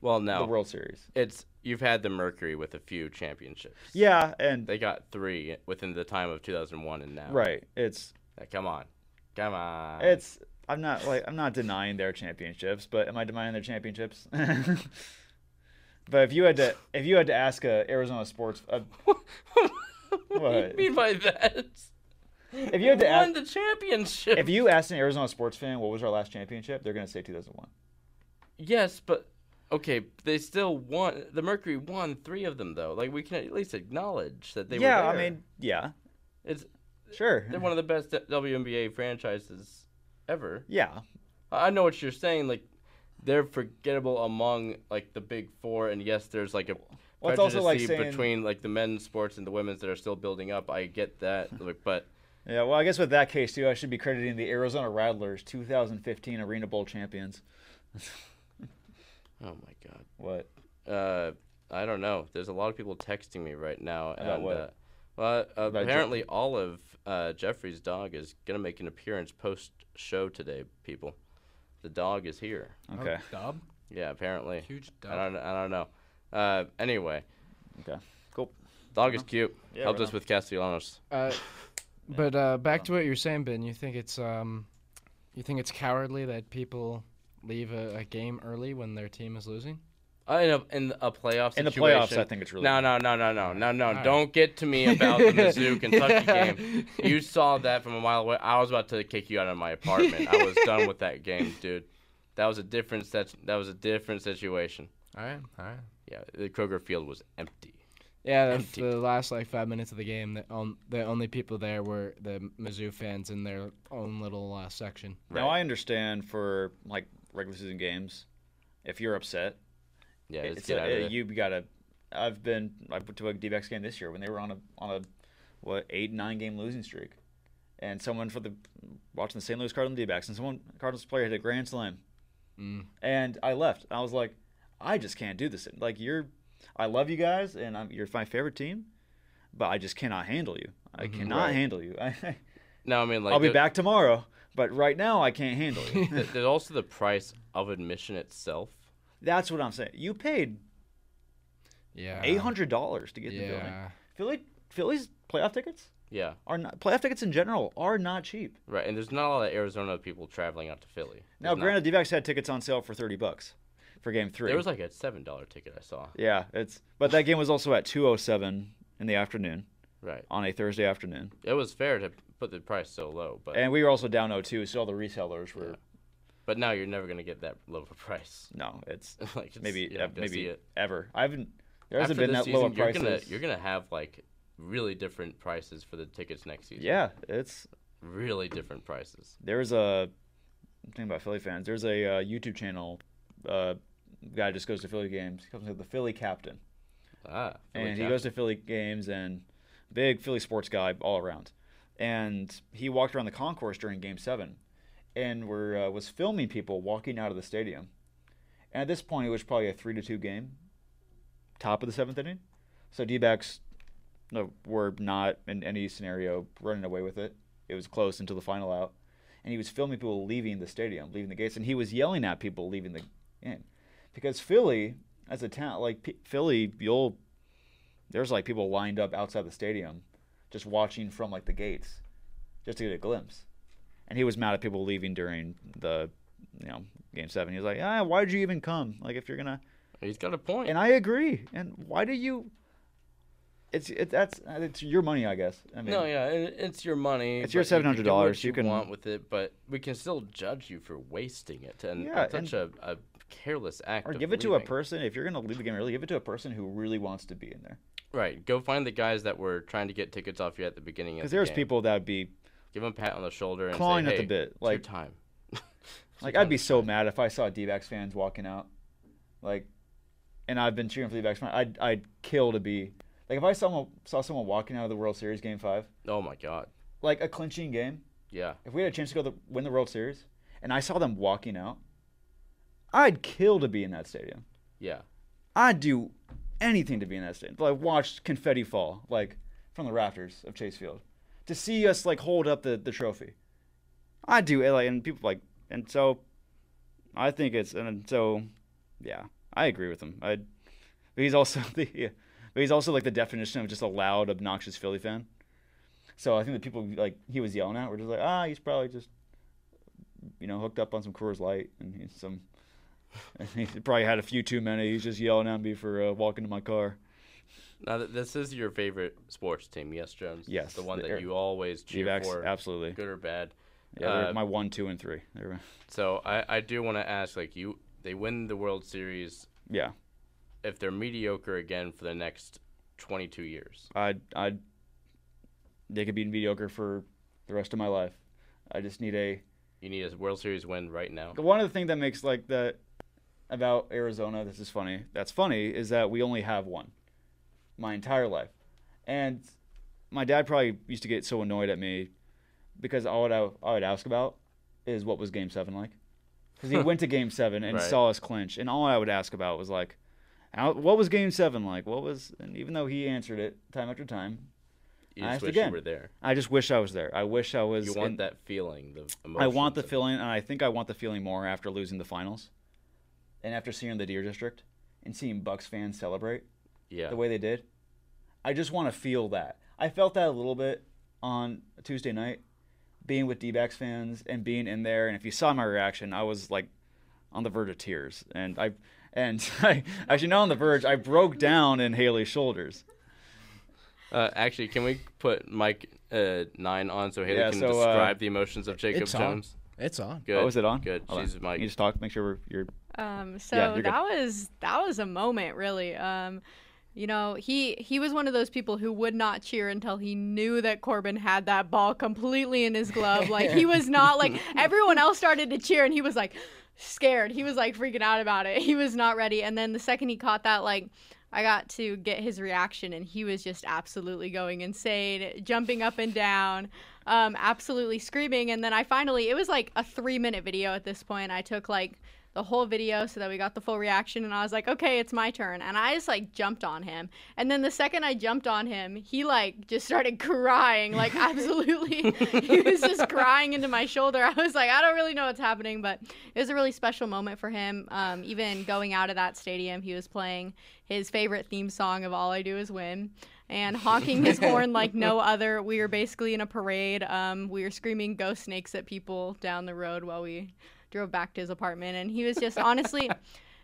Speaker 3: well now
Speaker 2: the World Series.
Speaker 3: It's you've had the Mercury with a few championships.
Speaker 2: Yeah, and
Speaker 3: they got three within the time of 2001 and now.
Speaker 2: Right, it's-
Speaker 3: Like, come on, come on.
Speaker 2: It's I'm not like I'm not denying their championships, but am I denying their championships? but if you had to if you had to ask a Arizona sports a,
Speaker 3: what do you mean by that?
Speaker 2: If you had to
Speaker 3: won
Speaker 2: ask-
Speaker 3: the championship,
Speaker 2: if you asked an Arizona sports fan what was our last championship, they're going to say 2001.
Speaker 3: Yes, but okay, they still won. The Mercury won three of them, though. Like we can at least acknowledge that they
Speaker 2: Yeah,
Speaker 3: were.
Speaker 2: I
Speaker 3: there.
Speaker 2: mean, yeah.
Speaker 3: it's
Speaker 2: sure.
Speaker 3: They're one of the best WNBA franchises ever.
Speaker 2: Yeah.
Speaker 3: I I know what you're saying. Like they're forgettable among like the big four, and yes, there's like a
Speaker 2: Well, it's
Speaker 3: prejudice
Speaker 2: also like saying-
Speaker 3: between like the men's sports and the women's that are still building up. I get that, like, but
Speaker 2: Yeah, well, I guess with that case too, I should be crediting the Arizona Rattlers 2015 Arena Bowl champions.
Speaker 3: oh my god,
Speaker 2: what?
Speaker 3: Uh, I don't know. There's a lot of people texting me right now,
Speaker 2: About
Speaker 3: and
Speaker 2: what?
Speaker 3: Uh, well, uh,
Speaker 2: About Je-
Speaker 3: apparently Olive uh, Jeffrey's dog is gonna make an appearance post show today. People, the dog is here.
Speaker 2: Okay. Oh,
Speaker 8: dub?
Speaker 3: Yeah, apparently.
Speaker 8: Huge
Speaker 3: I
Speaker 8: dub.
Speaker 3: don't. I don't know. Uh, anyway.
Speaker 2: Okay. Cool.
Speaker 3: Dog is cute.
Speaker 2: Yeah,
Speaker 3: Helped
Speaker 2: right
Speaker 3: us
Speaker 2: on.
Speaker 3: with Castellanos.
Speaker 13: Uh, but uh, back to what you're saying, Ben. You think it's um, you think it's cowardly that people leave a, a game early when their team is losing?
Speaker 3: Uh, in, a, in a playoff
Speaker 13: In the
Speaker 3: situation.
Speaker 13: playoffs, I think it's really-
Speaker 3: no, no, no, no, no, no, no.
Speaker 13: right.
Speaker 3: Don't get to me about the Mizzou Kentucky game. You saw that from a mile away. I was about to kick you out of my apartment. I was done with that game, dude. That was a different set. That was a different situation.
Speaker 13: All right, all right.
Speaker 3: Yeah, the Kroger Field was empty.
Speaker 13: Yeah, the, the last like five minutes of the game, the, on, the only people there were the Mizzou fans in their own little uh, section.
Speaker 2: Now I understand for like regular season games, if you're upset,
Speaker 3: yeah,
Speaker 13: just get out of there.
Speaker 2: you eh, gotta. I've been I went to a D-backs game this year when they were on a on a what eight nine game losing streak, and someone for the watching the St. Louis Cardinals D-backs and someone Cardinals player hit a grand slam,
Speaker 13: Mm.
Speaker 2: and I left. I was like, I just can't do this. Like you're, I love you guys, and I'm, you're my favorite team, but I just cannot handle you. I
Speaker 13: Mm-hmm.
Speaker 3: Mhm.
Speaker 2: cannot
Speaker 3: Right.
Speaker 2: handle you. I,
Speaker 3: No, I mean like
Speaker 2: I'll be
Speaker 3: there-
Speaker 2: back tomorrow, but right now I can't handle you.
Speaker 3: th- There's also the price of admission itself.
Speaker 2: That's what I'm saying. You paid
Speaker 13: yeah
Speaker 2: eight hundred dollars to get in the building.
Speaker 13: Yeah.
Speaker 2: Philly Philly's playoff tickets?
Speaker 3: Yeah.
Speaker 2: are not playoff tickets in general are not cheap.
Speaker 3: Right, and there's not a lot of Arizona people traveling out to Philly.
Speaker 2: Now, granted, the Ducks had tickets on sale for thirty bucks for Game Three.
Speaker 3: There was like a seven dollar ticket I saw.
Speaker 2: yeah, it's but that game was also at two oh seven in the afternoon.
Speaker 3: Right.
Speaker 2: On a Thursday afternoon,
Speaker 3: It was fair to put the price so low, but
Speaker 2: and we were also down 0-2, so all the resellers were
Speaker 3: but now you're never gonna get that low of a price.
Speaker 2: No, it's
Speaker 3: like it's,
Speaker 2: maybe
Speaker 3: yeah,
Speaker 2: ev-
Speaker 3: I see
Speaker 2: maybe
Speaker 3: it.
Speaker 2: ever. I haven't. There hasn't
Speaker 3: After
Speaker 2: been
Speaker 3: this
Speaker 2: that low
Speaker 3: season,
Speaker 2: of
Speaker 3: you're
Speaker 2: prices.
Speaker 3: gonna- You're gonna have like really different prices for the tickets next season.
Speaker 2: Yeah, it's
Speaker 3: really different prices.
Speaker 2: There's a thing about Philly fans. There's a uh, YouTube channel. Uh, guy just goes to Philly games. He comes with the Philly captain.
Speaker 3: Ah,
Speaker 2: and
Speaker 3: Philly
Speaker 2: he
Speaker 3: Cap-
Speaker 2: goes to Philly games and big Philly sports guy all around. And he walked around the concourse during Game Seven, and were uh, was filming people walking out of the stadium. And at this point, it was probably a three to two game, top of the seventh inning. So D-backs no, were not in any scenario running away with it. It was close until the final out, and he was filming people leaving the stadium, leaving the gates, and he was yelling at people leaving the game, because Philly, as a town, like P- Philly, you'll there's like people lined up outside the stadium, just watching from like the gates, just to get a glimpse. And he was mad at people leaving during the, you know, game seven. He was like, ah, why did you even come? Like if you're gonna.
Speaker 3: He's got a point.
Speaker 2: And I agree. And why do you? It's it, that's it's your money, I guess. I mean,
Speaker 3: no, yeah, it, it's your money.
Speaker 2: It's your
Speaker 3: but you can do
Speaker 2: $700.
Speaker 3: what
Speaker 2: You can-
Speaker 3: want with it, but we can still judge you for wasting it and
Speaker 2: Yeah,
Speaker 3: it's such a, a careless act.
Speaker 2: Or
Speaker 3: of
Speaker 2: give it to a
Speaker 3: leaving.
Speaker 2: person if you're gonna leave the game early. Give it to a person who really wants to be in there.
Speaker 3: Right, go find the guys that were trying to get tickets off you at the beginning. of
Speaker 2: Because
Speaker 3: the
Speaker 2: there's
Speaker 3: game.
Speaker 2: people that would be
Speaker 3: Give them a pat on the shoulder and
Speaker 2: clawing
Speaker 3: say,
Speaker 2: at the
Speaker 3: "Hey,
Speaker 2: bit,
Speaker 3: it's your
Speaker 2: like
Speaker 3: time.
Speaker 2: like I'd be so mad if I saw D-backs fans walking out, like, and I've been cheering for D-backs. fans, I'd I'd kill to be like if I saw someone, saw someone walking out of the World Series Game Five.
Speaker 3: Oh my God.
Speaker 2: Like a clinching game.
Speaker 3: Yeah.
Speaker 2: If we had a chance to go the, win the World Series, and I saw them walking out, I'd kill to be in that stadium.
Speaker 3: Yeah.
Speaker 2: I'd do anything to be in that stadium. Like watch confetti fall like from the rafters of Chase Field to see us like hold up the, the trophy. I do like and people like and so I think it's and so yeah I agree with him. I but he's also the but he's also like the definition of just a loud obnoxious Philly fan. So I think the people like he was yelling at were just like ah he's probably just you know hooked up on some Coors Light and he's some he probably had a few too many. He's just yelling at me for uh, walking to my car.
Speaker 3: Now, th- this is your favorite sports team, yes, Jones?
Speaker 2: Yes,
Speaker 3: The one
Speaker 2: the
Speaker 3: that
Speaker 2: Air-
Speaker 3: you always cheer
Speaker 2: D-backs,
Speaker 3: for.
Speaker 2: absolutely.
Speaker 3: Good or bad.
Speaker 2: Yeah,
Speaker 3: Uh,
Speaker 2: they're my one, two, and three. They're-
Speaker 3: So I, I do want to ask, like you, they win the World Series.
Speaker 2: Yeah.
Speaker 3: If they're mediocre again for the next 22 years,
Speaker 2: I I they could be mediocre for the rest of my life. I just need a
Speaker 3: you need a World Series win right now.
Speaker 2: one of the things that makes like the about Arizona. This is funny. That's funny is that we only have one. My entire life, and my dad probably used to get so annoyed at me because all I would, I would ask about is what was Game Seven like. Because he went to Game Seven and
Speaker 21: Right.
Speaker 2: saw us clinch, and all I would ask about was like, how, what was Game Seven like? What was? And even though he answered it time after time,
Speaker 3: You
Speaker 2: I
Speaker 3: just
Speaker 2: asked
Speaker 3: wish you
Speaker 2: again.
Speaker 3: were there.
Speaker 2: I just wish I was there. I wish I was.
Speaker 3: You want
Speaker 2: in-
Speaker 3: that feeling, the
Speaker 2: I
Speaker 3: emotion.
Speaker 2: want the feeling, and I think I want the feeling more after losing the finals, and after seeing the Deer District and seeing Bucks fans celebrate.
Speaker 3: Yeah.
Speaker 2: The way they did, I just want to feel that. I felt that a little bit on Tuesday night, being with D-backs fans and being in there. And if you saw my reaction, I was like on the verge of tears, and I and I actually not on the verge. I broke down in Haley's shoulders.
Speaker 3: Uh, actually, can we put Mike uh, nine on so Haley
Speaker 2: Yeah,
Speaker 3: can
Speaker 2: so, uh,
Speaker 3: describe the emotions of Jacob
Speaker 2: it's on.
Speaker 3: Jones?
Speaker 2: It's
Speaker 22: on.
Speaker 3: Good.
Speaker 2: Oh, is it on?
Speaker 3: Good.
Speaker 2: Hold on.
Speaker 3: She's Mike.
Speaker 2: You just talk. Make sure we're, you're.
Speaker 13: Um, so
Speaker 2: Yeah, you're good.
Speaker 13: that was that was a moment, really. Um, you know, he he was one of those people who would not cheer until he knew that Corbin had that ball completely in his glove. Like he was not like everyone else started to cheer, and he was like scared. He was like freaking out about it. He was not ready. And then the second he caught that, like. I got to get his reaction, and he was just absolutely going insane, jumping up and down, um, absolutely screaming. And then I finally, it was like a three minute video at this point. I took like the whole video so that we got the full reaction and I was like, "Okay, it's my turn." And I just like jumped on him. And then the second I jumped on him, he like just started crying, like absolutely. he was just crying into my shoulder. I was like, "I don't really know what's happening, but it was a really special moment for him. Um, even going out of that stadium, he was playing his favorite theme song of All I Do Is Win. and honking his horn like no other. We were basically in a parade. Um, we were screaming ghost snakes at people down the road while we drove back to his apartment. And he was just honestly.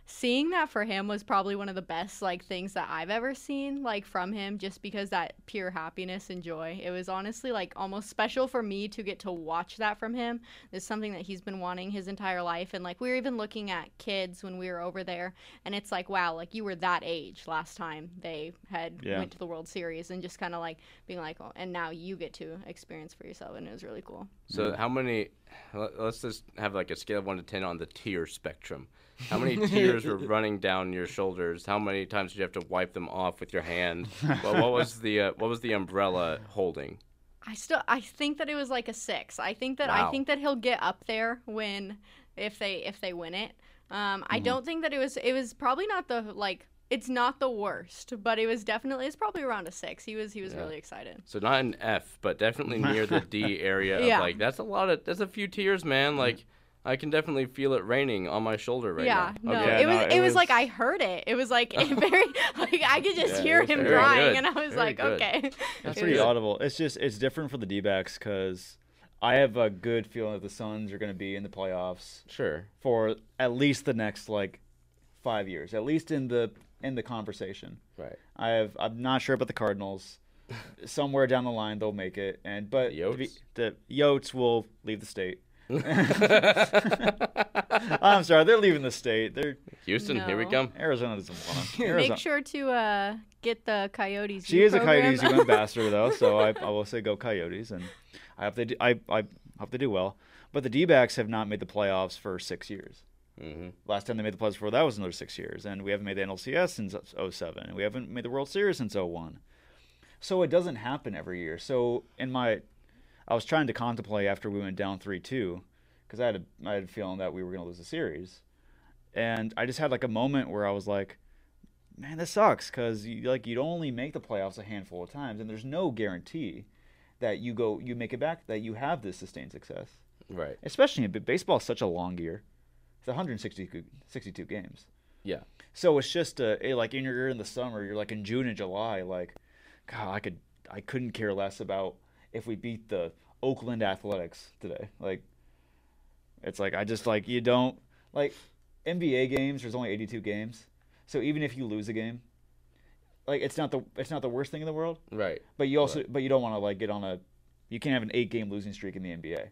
Speaker 13: Seeing that for him was probably one of the best like things that I've ever seen like from him just because that pure happiness and joy. It was honestly like almost special for me to get to watch that from him. It's something that he's been wanting his entire life and like we were even looking at kids when we were over there and it's like wow, like you were that age last time they had
Speaker 2: Yeah.
Speaker 13: went to the World Series and just kind of like being like oh, and now you get to experience for yourself and it was really cool.
Speaker 3: So how many? let- Let's just have like a scale of one to ten on the tear spectrum. How many tears were running down your shoulders? How many times did you have to wipe them off with your hand? Well, what was the uh, what was the umbrella holding?
Speaker 13: I still I think that it was like a six. I think that
Speaker 3: Wow.
Speaker 13: I think that he'll get up there when if they if they win it. Um,
Speaker 3: Mm-hmm.
Speaker 13: I
Speaker 23: Mhm.
Speaker 13: don't think that it was it was probably not the like it's not the worst, but it was definitely it's probably around a six. He was he was
Speaker 3: Yeah.
Speaker 13: really excited.
Speaker 3: So not an F, but definitely near the D area.
Speaker 13: Yeah.
Speaker 3: Of like that's a lot of that's a few tears, man. Like I can definitely feel it raining on my shoulder right
Speaker 13: yeah,
Speaker 3: now.
Speaker 13: no, it was it, was, like I heard it. It was like very like I could just
Speaker 3: Yeah, it
Speaker 13: hear
Speaker 3: was
Speaker 13: him
Speaker 3: very
Speaker 13: crying,
Speaker 3: good.
Speaker 13: and I was
Speaker 3: Very
Speaker 13: like,
Speaker 3: good.
Speaker 13: okay.
Speaker 2: That's
Speaker 13: It
Speaker 2: pretty
Speaker 13: was-
Speaker 2: audible. It's just it's different for the D-backs because I have a good feeling that the Suns are going to be in the playoffs.
Speaker 3: Sure.
Speaker 2: For at least the next like five years, at least in the in the conversation.
Speaker 3: Right.
Speaker 2: I have. I'm not sure about the Cardinals. Somewhere down the line, they'll make it. And but to be- the Yotes will leave the state. I'm sorry, they're leaving the state. They're
Speaker 3: Houston, here we No. come.
Speaker 2: Arizona doesn't want them.
Speaker 13: Make sure to uh, get the Coyotes.
Speaker 2: She
Speaker 13: U
Speaker 2: is a
Speaker 13: program.
Speaker 2: Coyotes U ambassador, though, so I, I will say go Coyotes, and I hope they do, I, I hope they do well. But the D-backs have not made the playoffs for six years.
Speaker 3: Mm-hmm.
Speaker 2: Last time they made the playoffs before that was another six years, and we haven't made the NLCS since 07, and we haven't made the World Series since 01. So it doesn't happen every year. So in my, I was trying to contemplate after we went down three two, because I had a I had a feeling that we were going to lose the series, and I just had like a moment where I was like, man, this sucks because you, like you'd only make the playoffs a handful of times, and there's no guarantee that you go you make it back that you have this sustained success.
Speaker 3: Right.
Speaker 2: Especially in baseball, is such a long year. It's 162 62 games.
Speaker 3: Yeah.
Speaker 2: So it's just uh it, like in your ear in the summer, you're like in June and July, like, God, I could I couldn't care less about if we beat the Oakland Athletics today. Like, it's like I just like you don't like NBA games. There's only 82 games, so even if you lose a game, like it's not the it's not the worst thing in the world.
Speaker 3: Right.
Speaker 2: But you also but you don't want to like get on a you can't have an eight game losing streak in the NBA.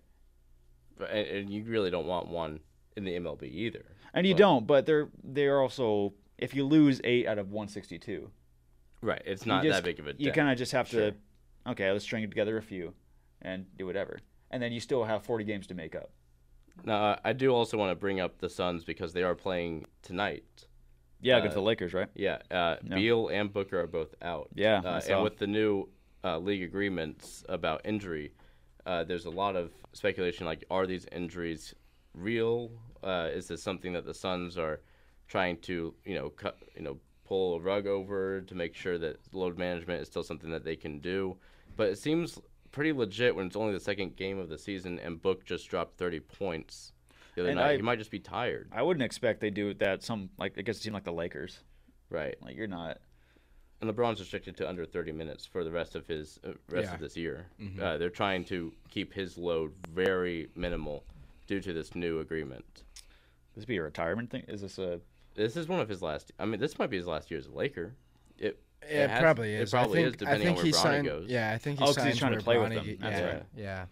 Speaker 3: But- and, and you really don't want one in the MLB either.
Speaker 2: And you
Speaker 3: But-
Speaker 2: don't, but they're they're also if you lose eight out of 162,
Speaker 3: Right. It's
Speaker 2: you
Speaker 3: not
Speaker 2: just-
Speaker 3: that big of a.
Speaker 2: You
Speaker 3: dent.
Speaker 2: kind of just have
Speaker 3: Sure.
Speaker 2: to, okay, let's string together a few, and do whatever, and then you still have 40 games to make up.
Speaker 3: Now, I do also want to bring up the Suns because they are playing tonight.
Speaker 2: Yeah, against the Lakers, right?
Speaker 3: Yeah, uh,
Speaker 2: Yeah.
Speaker 3: Beal and Booker are both out.
Speaker 2: Yeah, I
Speaker 3: uh,
Speaker 2: saw.
Speaker 3: and with the new uh, league agreements about injury, uh, there's a lot of speculation. Like, are these injuries real? Uh, is this something that the Suns are trying to, you know, cut, you know, pull a rug over to make sure that load management is still something that they can do? But it seems pretty legit when it's only the second game of the season and Book just dropped 30 points the other
Speaker 2: And
Speaker 3: night.
Speaker 2: I-
Speaker 3: he might just be tired.
Speaker 2: I wouldn't expect they do that. Some like against a team like the Lakers,
Speaker 3: Right.
Speaker 2: Like you're not.
Speaker 3: And LeBron's restricted to under 30 minutes for the rest of his uh, rest
Speaker 2: Yeah.
Speaker 3: of this year.
Speaker 24: Mm-hmm.
Speaker 2: Mhm.
Speaker 3: Uh, they're trying to keep his load very minimal due to this new agreement.
Speaker 2: This be a retirement thing? Is this a?
Speaker 3: This is one of his last. I mean, this might be his last year as a Laker. It,
Speaker 24: It,
Speaker 3: has-
Speaker 24: probably
Speaker 3: it
Speaker 24: is.
Speaker 3: probably
Speaker 24: I
Speaker 3: is,
Speaker 24: think,
Speaker 3: depending
Speaker 24: I think
Speaker 3: on where
Speaker 24: he
Speaker 3: Bronny
Speaker 24: signed,
Speaker 3: goes.
Speaker 24: Yeah, I think he
Speaker 2: Oh, 'cause
Speaker 24: 'cause
Speaker 2: he's trying to play with
Speaker 24: Bronny,
Speaker 2: them.
Speaker 24: Yeah,
Speaker 2: That's right.
Speaker 24: Yeah.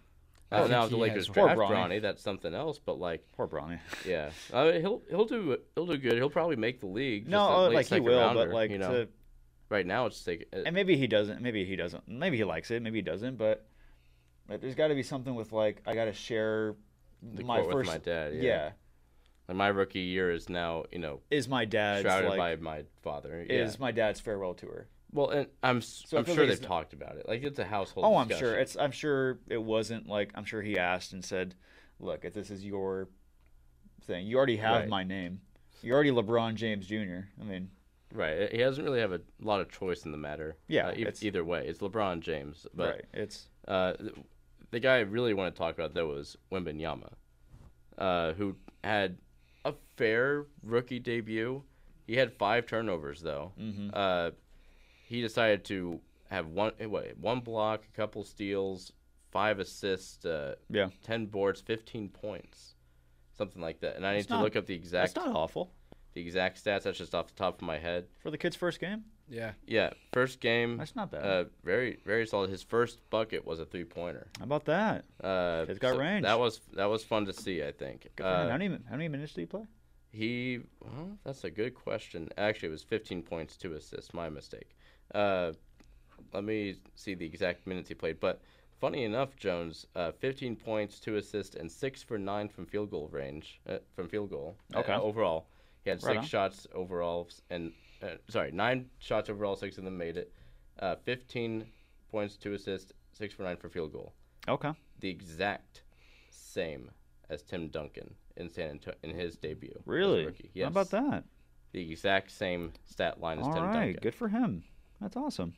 Speaker 24: I
Speaker 3: Oh,
Speaker 24: think
Speaker 3: now if the
Speaker 24: he
Speaker 3: Lakers
Speaker 24: has
Speaker 3: draft
Speaker 24: one.
Speaker 3: Bronny. that's something else. But like,
Speaker 2: poor Bronny.
Speaker 3: Yeah, I mean, he'll he'll do he'll do good. He'll probably make the league.
Speaker 2: No,
Speaker 3: just a
Speaker 2: uh,
Speaker 3: late
Speaker 2: like, he
Speaker 3: second
Speaker 2: will, but,
Speaker 3: rounder,
Speaker 2: like,
Speaker 3: you know?
Speaker 2: to-
Speaker 3: right now it's uh, taking.
Speaker 2: And maybe he doesn't. Maybe he doesn't. Maybe he likes it. Maybe he doesn't. But like, there's got to be something with like I got to share
Speaker 3: the
Speaker 2: my
Speaker 3: court
Speaker 2: first.
Speaker 3: with my dad. Yeah.
Speaker 2: yeah.
Speaker 3: Like my rookie year is now, you know,
Speaker 2: Is my dad's,
Speaker 3: shrouded
Speaker 2: like-
Speaker 3: by my father. Yeah.
Speaker 2: Is my dad's farewell tour.
Speaker 3: well, and I'm s
Speaker 2: So I
Speaker 3: am
Speaker 2: feel
Speaker 3: sure
Speaker 2: like
Speaker 3: they've
Speaker 2: it's-
Speaker 3: talked about it. Like it's a household.
Speaker 2: Oh, I'm
Speaker 3: discussion.
Speaker 2: sure. It's I'm sure it wasn't like I'm sure he asked and said, "Look, if this is your thing, you already have
Speaker 3: Right.
Speaker 2: my name. You're already LeBron James Jr. I mean,
Speaker 3: right. He doesn't really have a lot of choice in the matter.
Speaker 2: Yeah,
Speaker 3: uh, e-
Speaker 2: it's-
Speaker 3: either way, it's LeBron James. But
Speaker 2: Right, it's-
Speaker 3: uh, th- the guy I really want to talk about though is Wembenyama, uh, who had a fair rookie debut. He had five turnovers though.
Speaker 2: Mhm.
Speaker 3: Uh, he decided to have one eh, wait, one block, a couple steals, five assists, uh,
Speaker 2: Yeah.
Speaker 3: ten boards, fifteen points, something like that. And I
Speaker 2: That's
Speaker 3: need to
Speaker 2: not-
Speaker 3: look up the exact.
Speaker 2: that's not awful.
Speaker 3: The exact stats. That's just off the top of my head.
Speaker 2: for the kid's first game.
Speaker 13: Yeah.
Speaker 3: Yeah, first game.
Speaker 2: That's not bad.
Speaker 3: Uh, very very solid. His first bucket was a three pointer.
Speaker 2: How about that?
Speaker 3: Uh,
Speaker 2: Kid's got range.
Speaker 3: That was that was fun to see. I think.
Speaker 2: Good for him.
Speaker 3: Uh,
Speaker 2: how, many, how many minutes did he play?
Speaker 3: He, well, that's a good question. Actually, it was 15 points, two assists. My mistake. Uh, let me see the exact minutes he played. But funny enough, Jones, uh, 15 points, two assists, and six for nine from field goal range. Uh, from field goal. uh,
Speaker 2: Okay.
Speaker 3: overall, he had
Speaker 2: Right
Speaker 3: six
Speaker 2: on.
Speaker 3: shots overall, s- and uh, sorry, nine shots overall. Six of them made it. Uh, 15 points, two assists, six for nine for field goal
Speaker 2: Okay.
Speaker 3: the exact same as Tim Duncan in San Anto- in his debut. as a
Speaker 2: Really?
Speaker 3: rookie.
Speaker 2: How about that?
Speaker 3: The exact same stat line as
Speaker 2: All
Speaker 3: Tim
Speaker 2: right.
Speaker 3: Duncan.
Speaker 2: Good for him. That's awesome.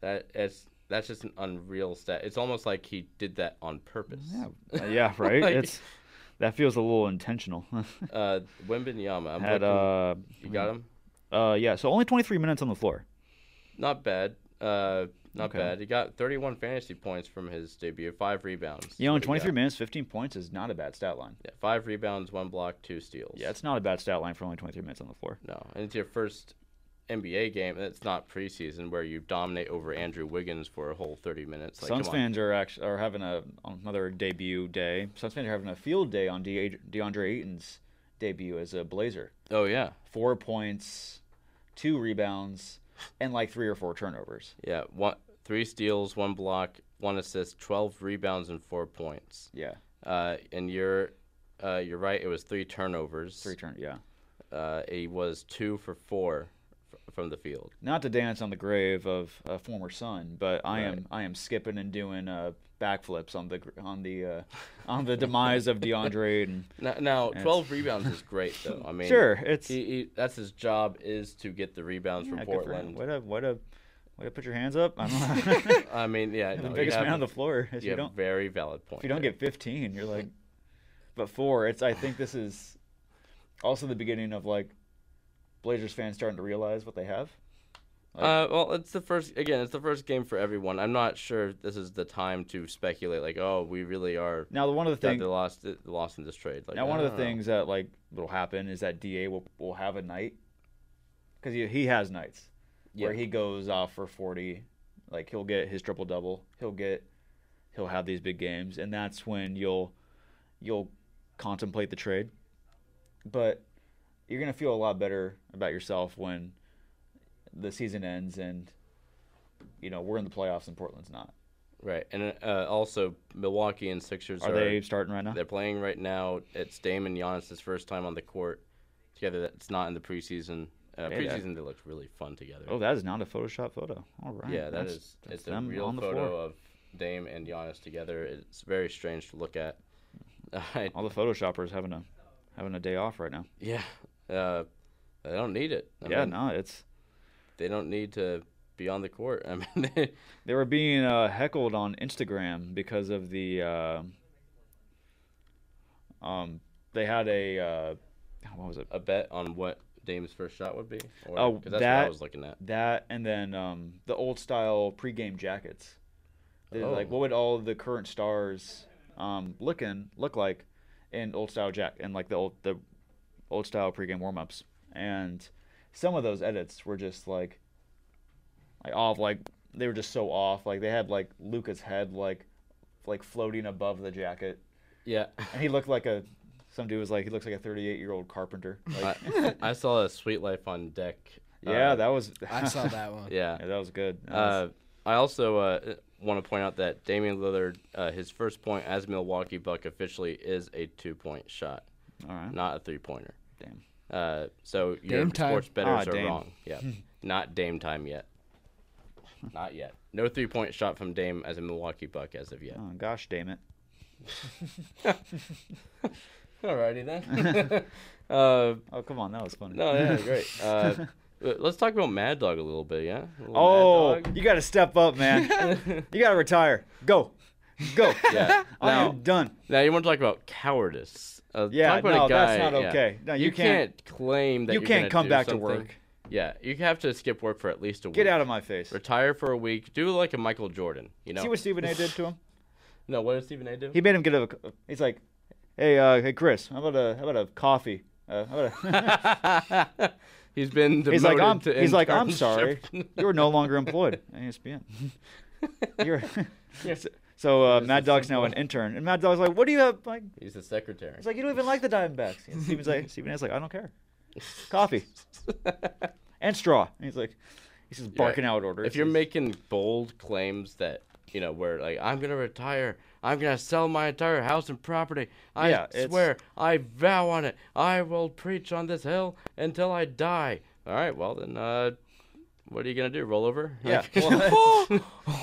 Speaker 3: That it's that's just an unreal stat. It's almost like he did that on purpose.
Speaker 2: Uh, yeah, right?
Speaker 3: Like,
Speaker 2: it's That feels a little intentional.
Speaker 3: uh Wembenyama. I'm
Speaker 2: Had,
Speaker 3: looking-
Speaker 2: uh,
Speaker 3: you got him?
Speaker 2: uh, yeah, so only 23 minutes on the floor.
Speaker 3: Not bad. Uh not
Speaker 2: Okay.
Speaker 3: bad. He got 31 fantasy points from his debut, 5 rebounds.
Speaker 2: You know, in
Speaker 3: What he
Speaker 2: 23
Speaker 3: got.
Speaker 2: minutes, 15 points is not a bad stat line.
Speaker 3: Yeah, 5 rebounds, 1 block, 2 steals.
Speaker 2: Yeah, it's not a bad stat line for only 23 minutes on the floor.
Speaker 3: No, and it's your first NBA game. and It's not preseason where you dominate over Andrew Wiggins for a whole 30 minutes. Like,
Speaker 2: Suns
Speaker 3: come on.
Speaker 2: fans are actually are having a another debut day. Suns fans are having a field day on De- DeAndre Ayton's debut as a Blazer.
Speaker 3: Oh yeah,
Speaker 2: four points, two rebounds, and like three or four turnovers.
Speaker 3: Yeah, one, three steals, one block, one assist, 12 rebounds, and four points.
Speaker 2: Yeah.
Speaker 3: Uh, and you're, uh, you're right. It was three turnovers. Three
Speaker 2: turn. Yeah.
Speaker 3: Uh, he was two for four f- from the field.
Speaker 2: Not to dance on the grave of a former son, but I
Speaker 3: Right.
Speaker 2: am I am skipping and doing uh, backflips on the gr- on the uh, on the demise of DeAndre Ayton.
Speaker 3: Now, now
Speaker 2: And-
Speaker 3: 12 rebounds is great, though. I mean,
Speaker 2: Sure, it's-
Speaker 3: he, he, that's his job is to get the rebounds
Speaker 2: Yeah,
Speaker 3: from
Speaker 2: good for him.
Speaker 3: Portland.
Speaker 2: What a what a way to put your hands up. I don't know.
Speaker 3: I mean, yeah,
Speaker 2: the
Speaker 3: no, you
Speaker 2: biggest
Speaker 3: have
Speaker 2: man on
Speaker 3: a-
Speaker 2: the floor. If
Speaker 3: you
Speaker 2: you,
Speaker 3: have a
Speaker 2: don't,
Speaker 3: very valid point
Speaker 2: If you don't
Speaker 3: there.
Speaker 2: get 15, you're like, but four. It's I think this is also the beginning of like Blazers fans starting to realize what they have. Like-
Speaker 3: Uh, well, it's the first again. It's the first game for everyone. I'm not sure if this is the time to speculate. Like, oh, we really are.
Speaker 2: Now, the- one of the
Speaker 3: that
Speaker 2: thing-
Speaker 3: they lost, they lost in this trade. Like, oh,
Speaker 2: now, one
Speaker 3: I
Speaker 2: of the
Speaker 3: don't know.
Speaker 2: things that like will happen is that Da will will have a night because he he has nights where
Speaker 3: Yeah.
Speaker 2: he goes off for 40. Like he'll get his triple double. He'll get he'll have these big games, and that's when you'll you'll contemplate the trade. But you're gonna feel a lot better about yourself when the season ends and you know we're in the playoffs and Portland's not.
Speaker 3: Right, and uh, also Milwaukee and Sixers
Speaker 2: Are
Speaker 3: are,
Speaker 2: they starting right now?
Speaker 3: They're playing right now. It's Dame and Giannis' first time on the court together. That's not in the preseason. Uh,
Speaker 2: Yeah, yeah.
Speaker 3: preseason they looked really fun together.
Speaker 2: Oh, that is not a Photoshop photo. All right.
Speaker 3: Yeah, that
Speaker 2: that's-
Speaker 3: is.
Speaker 2: that's
Speaker 3: it's a
Speaker 2: them
Speaker 3: real
Speaker 2: on the
Speaker 3: photo
Speaker 2: floor.
Speaker 3: of Dame and Giannis together. It's very strange to look at. I-
Speaker 2: All the photoshoppers having a having a day off right now.
Speaker 3: Yeah. Uh, they don't need it. I
Speaker 2: yeah,
Speaker 3: mean,
Speaker 2: no, it's
Speaker 3: They don't need to be on the court. I mean, they,
Speaker 2: they were being uh, heckled on Instagram because of the uh, um they had a uh, what was it?
Speaker 3: A bet on what Dame's first shot would be. Or,
Speaker 2: oh
Speaker 3: 'cause
Speaker 2: that
Speaker 3: that's what I was looking at.
Speaker 2: that and then um the old style pregame jackets. They're
Speaker 3: Oh.
Speaker 2: Like what would all the current stars um looking look like in old style jack and like the old the old style pregame warm ups and some of those edits were just like like off like they were just so off like they had like Luca's head like like floating above the jacket
Speaker 3: Yeah.
Speaker 2: and he looked like a some dude was like he looks like a 38 year old carpenter
Speaker 3: Uh,
Speaker 2: like,
Speaker 3: I, I saw a Sweet Life on deck. uh,
Speaker 2: Yeah, that was- I saw
Speaker 13: that one.
Speaker 3: Yeah,
Speaker 2: that was good. That
Speaker 3: Uh, I also uh, want to point out that Damian Lillard, uh, his first point as Milwaukee Buck officially is a two-point shot,
Speaker 2: All right.
Speaker 3: not a three-pointer.
Speaker 2: Damn.
Speaker 3: Uh, so your
Speaker 2: Dame time.
Speaker 3: sports betters
Speaker 2: Ah,
Speaker 3: are
Speaker 2: Dame.
Speaker 3: wrong. Yeah, not Dame time yet. Not yet. No three-point shot from Dame as a Milwaukee Buck as of yet.
Speaker 2: oh, gosh damn it
Speaker 3: Alrighty then. uh,
Speaker 2: oh come on that was funny
Speaker 3: No, yeah, great. Uh, but let's talk about Mad Dog a little bit, yeah. A little Mad
Speaker 2: Oh,
Speaker 3: Dog.
Speaker 2: you got to step up, man. you got to retire. Go, go.
Speaker 3: Yeah.
Speaker 2: I am done.
Speaker 3: Now you want to talk about cowardice? Uh,
Speaker 2: Yeah,
Speaker 3: talk about a
Speaker 2: no, that's
Speaker 3: guy-
Speaker 2: not
Speaker 3: yeah.
Speaker 2: okay. No, you
Speaker 3: you
Speaker 2: can't-
Speaker 3: claim that
Speaker 2: you
Speaker 3: you're
Speaker 2: can't
Speaker 3: gonna
Speaker 2: come
Speaker 3: do
Speaker 2: back to
Speaker 3: something
Speaker 2: work.
Speaker 3: Yeah, you have to skip work for at least a week.
Speaker 2: Get out of my face.
Speaker 3: Retire for a week. Do like a Michael Jordan. You know.
Speaker 2: See what Stephen A. did to him?
Speaker 3: No, what did Stephen A. do?
Speaker 2: He made him get a. He's like, hey, uh, hey, Chris, how about a how about a coffee? Uh, how about
Speaker 3: a he's been demoted
Speaker 2: he's like, I'm,
Speaker 3: to
Speaker 2: he's like, I'm
Speaker 3: internship.
Speaker 2: sorry, you're no longer employed at E ESPN. you're.
Speaker 3: Yes.
Speaker 2: So uh, Mad Dog's now an intern, and Mad Dog's like, "What do you have?" Like,
Speaker 3: He's the secretary.
Speaker 2: he's like, "You don't even like the Diamondbacks." And Stephen's like, Stephen A's like, "I don't care, coffee and straw." And he's like, he's just
Speaker 3: Yeah.
Speaker 2: barking out orders.
Speaker 3: If you're
Speaker 2: He's-
Speaker 3: making bold claims that you know, where like I'm gonna retire, I'm gonna sell my entire house and property. I
Speaker 2: Yeah, it's-
Speaker 3: swear, I vow on it, I will preach on this hill until I die. All right, well then, uh, what are you gonna do? Roll over?
Speaker 2: Yeah.
Speaker 3: Like-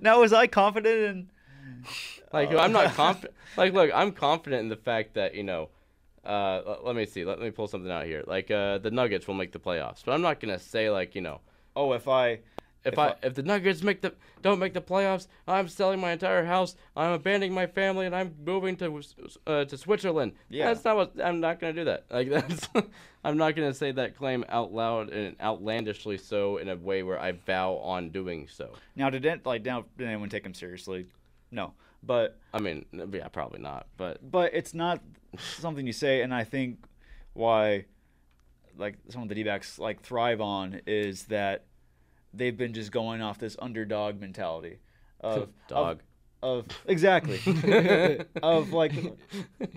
Speaker 2: now was I confident in?
Speaker 3: Like
Speaker 2: Oh.
Speaker 3: I'm not confident. like look, I'm confident in the fact that you know. Uh, l- let me see. Let, me pull something out here. Like uh, the Nuggets will make the playoffs, but I'm not gonna say like you know.
Speaker 2: Oh, if I.
Speaker 3: If, I, if the Nuggets make the don't make the playoffs, I'm selling my entire house. I'm abandoning my family, and I'm moving to uh, to Switzerland.
Speaker 2: Yeah.
Speaker 3: that's not what I'm not gonna do that. Like that's I'm not gonna say that claim out loud and outlandishly so in a way where I vow on doing so.
Speaker 2: Now did it, like now did anyone take him seriously? No, but
Speaker 3: I mean, yeah, probably not. But
Speaker 2: but it's not something you say, and I think why like some of the D-backs like thrive on is that they've been just going off this underdog mentality of
Speaker 3: Dog.
Speaker 2: Of, of exactly of like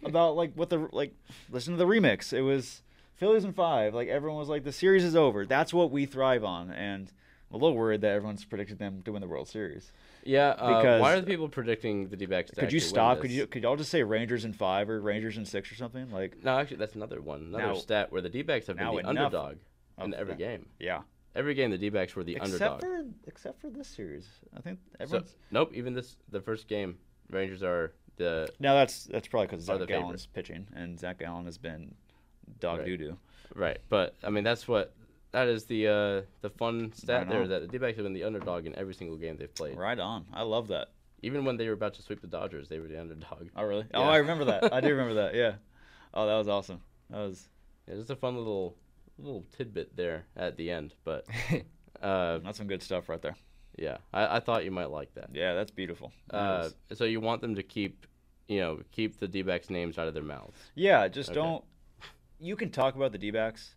Speaker 2: about like what the like listen to the remix it was Phillies in five like everyone was like the series is over that's what we thrive on and I'm a little worried that everyone's predicted them to win the World Series
Speaker 3: Yeah, uh,
Speaker 2: because
Speaker 3: why are the people predicting the D-backs? to
Speaker 2: could you
Speaker 3: actually win
Speaker 2: stop? Could
Speaker 3: this?
Speaker 2: you could y'all just say Rangers in five or Rangers in six or something? Like
Speaker 3: No, actually, that's another one, another
Speaker 2: Now-
Speaker 3: stat where the D-backs have been
Speaker 2: now
Speaker 3: the
Speaker 2: enough
Speaker 3: underdog in
Speaker 2: of
Speaker 3: every
Speaker 2: that.
Speaker 3: game.
Speaker 2: Yeah.
Speaker 3: Every game, the D-backs were the
Speaker 2: except
Speaker 3: underdog.
Speaker 2: for except for this series, I think
Speaker 3: So,
Speaker 2: everyone's.
Speaker 3: nope, even this the first game, Rangers are the
Speaker 2: now that's that's probably because
Speaker 3: Are the
Speaker 2: Zach Gallen's pitching, and Zach Allen has been dog
Speaker 3: Right.
Speaker 2: doo doo.
Speaker 3: right. But I mean, that's what that is the uh, the fun stat
Speaker 2: Right
Speaker 3: there
Speaker 2: on.
Speaker 3: that the D-backs have been the underdog in every single game they've played.
Speaker 2: Right on. I love that.
Speaker 3: Even when they were about to sweep the Dodgers, they were the underdog.
Speaker 2: Oh really?
Speaker 3: Yeah.
Speaker 2: Oh, I remember that. I do remember that. Yeah. Oh, that was awesome. That was.
Speaker 3: Yeah, just a fun little little tidbit there at the end, but uh,
Speaker 2: that's some good stuff right there.
Speaker 3: Yeah, I, I thought you might like that.
Speaker 2: Yeah, that's beautiful. That
Speaker 3: Uh,
Speaker 2: is.
Speaker 3: so you want them to keep, you know, keep the D-backs names out of their mouths.
Speaker 2: Yeah, just
Speaker 3: Okay.
Speaker 2: don't. You can talk about the D backs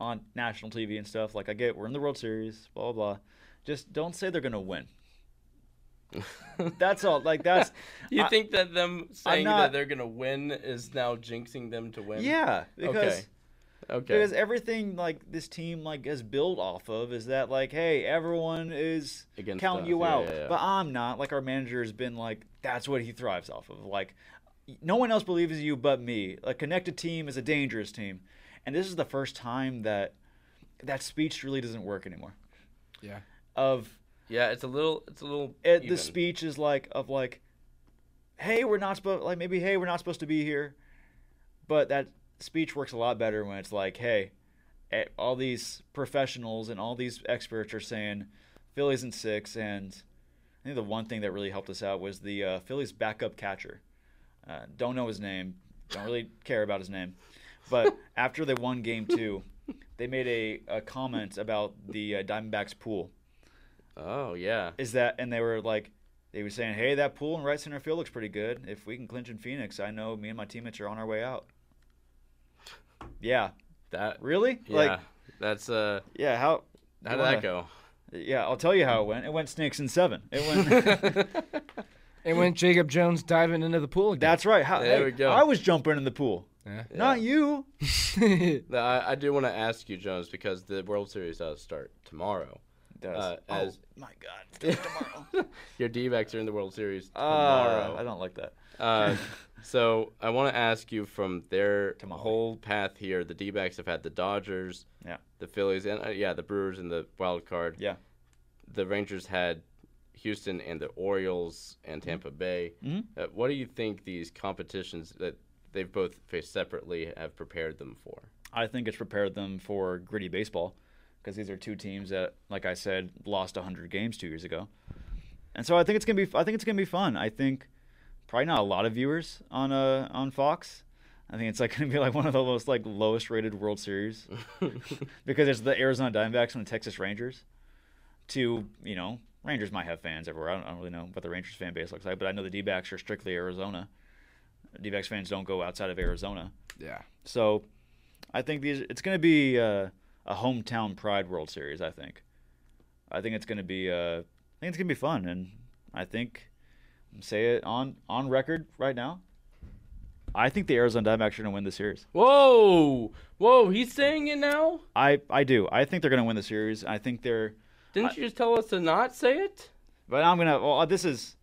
Speaker 2: on national TV and stuff. Like, I get we're in the World Series, blah, blah, blah. Just don't say they're going to win. that's all. Like, that's.
Speaker 3: You
Speaker 2: I-
Speaker 3: think that them saying that
Speaker 2: not-
Speaker 3: they're gonna win is now jinxing them to win?
Speaker 2: Yeah, because.
Speaker 3: Um, okay. Okay.
Speaker 2: Because everything like this team like is built off of is that like hey everyone is
Speaker 3: Against
Speaker 2: counting
Speaker 3: us.
Speaker 2: you
Speaker 3: Yeah,
Speaker 2: out
Speaker 3: yeah, yeah.
Speaker 2: but I'm not like our manager has been like that's what he thrives off of like no one else believes in you but me a connected team is a dangerous team and this is the first time that that speech really doesn't work anymore
Speaker 13: Yeah.
Speaker 2: of
Speaker 3: yeah, it's a little, it's a little.
Speaker 2: it, the
Speaker 3: even.
Speaker 2: speech is like of like hey we're not supposed like maybe hey we're not supposed to be here but that speech works a lot better when it's like hey eh, all these professionals and all these experts are saying phillies in six and i think the one thing that really helped us out was the uh, phillies backup catcher uh, don't know his name don't really care about his name but after they won game two they made a, a comment about the uh, diamondbacks pool
Speaker 3: Oh yeah.
Speaker 2: is that and they were like they were saying hey that pool in right center field looks pretty good if we can clinch in phoenix i know me and my teammates are on our way out yeah
Speaker 3: That.
Speaker 2: really
Speaker 3: Yeah.
Speaker 2: like
Speaker 3: that's uh.
Speaker 2: yeah how
Speaker 3: How did
Speaker 2: you
Speaker 3: that
Speaker 2: wanna-
Speaker 3: go?
Speaker 2: yeah i'll tell you how it went it went snakes in seven it went
Speaker 13: It went Jacob Jones diving into the pool again.
Speaker 2: that's right how,
Speaker 3: There
Speaker 2: hey,
Speaker 3: we go.
Speaker 2: i was jumping in the pool
Speaker 13: Yeah.
Speaker 2: not you
Speaker 3: Now, I, I do want to ask you, Jones, because the World Series does start tomorrow. It
Speaker 2: does.
Speaker 3: Uh,
Speaker 2: Oh,
Speaker 3: as
Speaker 2: my god it's tomorrow
Speaker 3: your D-backs are in the World Series
Speaker 2: uh,
Speaker 3: tomorrow.
Speaker 2: i don't like that
Speaker 3: Uh, so I want to ask you from their whole path here. The D-backs have had the Dodgers,
Speaker 2: Yeah.
Speaker 3: the Phillies, and uh, yeah, the Brewers in the wild card.
Speaker 2: Yeah.
Speaker 3: the Rangers had Houston and the Orioles and Tampa Bay.
Speaker 2: Mhm.
Speaker 3: Uh, what do you think these competitions that they've both faced separately have prepared them for?
Speaker 2: I think it's prepared them for gritty baseball because these are two teams that, like I said, lost 100 games two years ago, and so I think it's gonna be I think it's gonna be fun. I think probably not a lot of viewers on uh, on Fox, I think it's like going to be like one of the most like lowest rated World Series because it's the Arizona Diamondbacks and the Texas Rangers. To you know, Rangers might have fans everywhere. I don't, I don't really know what the Rangers fan base looks like, but I know the D-backs are strictly Arizona. D-backs fans don't go outside of Arizona.
Speaker 13: Yeah.
Speaker 2: So I think these it's going to be uh, a hometown pride World Series. I think. I think it's going to be. Uh, I think it's going to be fun, and I think say it on on record right now. I think the Arizona Diamondbacks are going to win the series.
Speaker 3: Whoa, whoa, he's saying it now.
Speaker 2: I I do. I think they're going to win the series. I think they're.
Speaker 3: Didn't
Speaker 2: I-
Speaker 3: you just tell us to not say it?
Speaker 2: But I'm gonna. Well, this is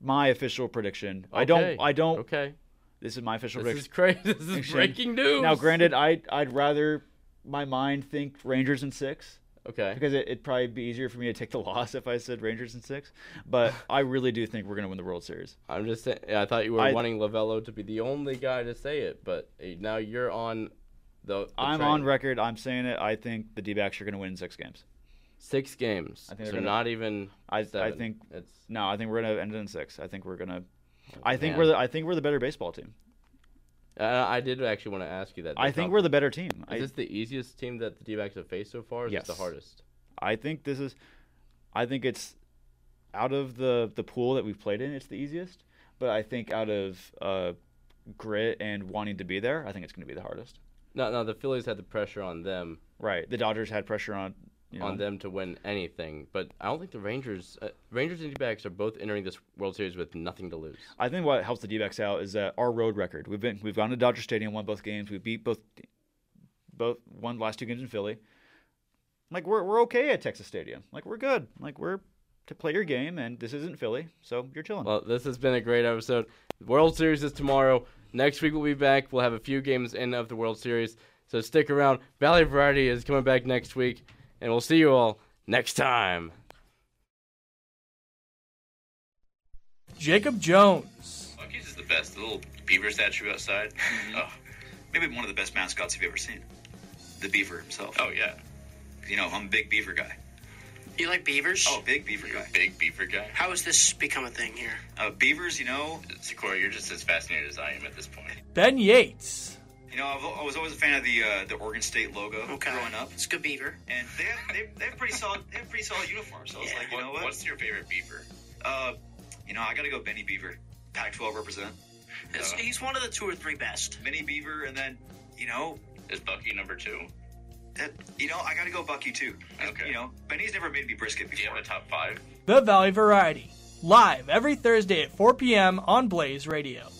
Speaker 2: my official prediction. I
Speaker 3: Okay.
Speaker 2: don't. I don't.
Speaker 3: Okay.
Speaker 2: This is my official
Speaker 3: This is
Speaker 2: prediction.
Speaker 3: crazy. This is
Speaker 2: prediction.
Speaker 3: breaking news.
Speaker 2: Now, granted, I I'd rather my mind think Rangers in six.
Speaker 3: Okay.
Speaker 2: Because it, it'd probably be easier for me to take the loss if I said Rangers in six. But I really do think we're gonna win the World Series.
Speaker 3: I'm just saying. I thought you were
Speaker 2: I-
Speaker 3: wanting Lavello to be the only guy to say it, but eh, now you're on the. the
Speaker 2: I'm
Speaker 3: train.
Speaker 2: on record. I'm saying it. I think the D-backs are gonna win in six games.
Speaker 3: six games.
Speaker 2: I think
Speaker 3: so
Speaker 2: they're gonna-
Speaker 3: not even.
Speaker 2: I I
Speaker 3: seven.
Speaker 2: think
Speaker 3: it's
Speaker 2: no. I think we're gonna end it in six. I think we're gonna. I think
Speaker 3: man.
Speaker 2: we're the. I think we're the better baseball team.
Speaker 3: Uh, I did actually want to ask you that.
Speaker 2: I
Speaker 3: That's
Speaker 2: think
Speaker 3: not-
Speaker 2: we're the better team.
Speaker 3: Is
Speaker 2: I-
Speaker 3: this the easiest team that the D-backs have faced so far? Or is this the hardest?
Speaker 2: I think this is. I think it's out of the the pool that we've played in. It's the easiest, but I think out of uh, grit and wanting to be there, I think it's going to be the hardest.
Speaker 3: No, no. The Phillies had the pressure on them.
Speaker 2: Right. The Dodgers had pressure on you
Speaker 3: on
Speaker 2: know.
Speaker 3: them to win anything, but I don't think the Rangers, uh, Rangers and D-backs are both entering this World Series with nothing to lose.
Speaker 2: I think what helps the D-backs out is that our road record. We've been we've gone to Dodger Stadium, won both games. We beat both both won the last two games in Philly. Like we're we're okay at Texas Stadium. Like we're good. Like we're to play your game, and this isn't Philly, so you're chilling.
Speaker 3: Well, this has been a great episode. World Series is tomorrow. Next week we'll be back. We'll have a few games in of the World Series, so stick around. Valley Variety is coming back next week, and we'll see you all next time.
Speaker 25: Jacob Jones.
Speaker 11: Lucky's is the best. The little beaver statue outside. Oh, maybe one of the best mascots you've ever seen. The beaver himself. Oh, yeah. You know, I'm a big beaver guy.
Speaker 26: You like beavers?
Speaker 11: Oh, big beaver guy. Big beaver guy.
Speaker 26: How has this become a thing here?
Speaker 11: Uh, beavers, you know. Sakura, you're just as fascinated as I am at this point.
Speaker 25: Ben Yates.
Speaker 11: You know, I've, I was always a fan of the uh, the Oregon State logo
Speaker 26: Oh.
Speaker 11: growing up.
Speaker 26: It's a good beaver.
Speaker 11: And they have, they, they have pretty solid they have pretty solid uniforms. So I was like, you know what? What's your favorite beaver? Uh, you know, I gotta go Benny Beaver. Pac-12 represent.
Speaker 26: It's- he's one of the two or three best.
Speaker 11: Benny Beaver, and then you know, is Bucky number two? That, you know, I gotta go Bucky too. Okay. You know, Benny's never made me brisket before. Do you have a top five?
Speaker 25: The Valley Variety. Live every Thursday at 4 p.m. on Blaze Radio.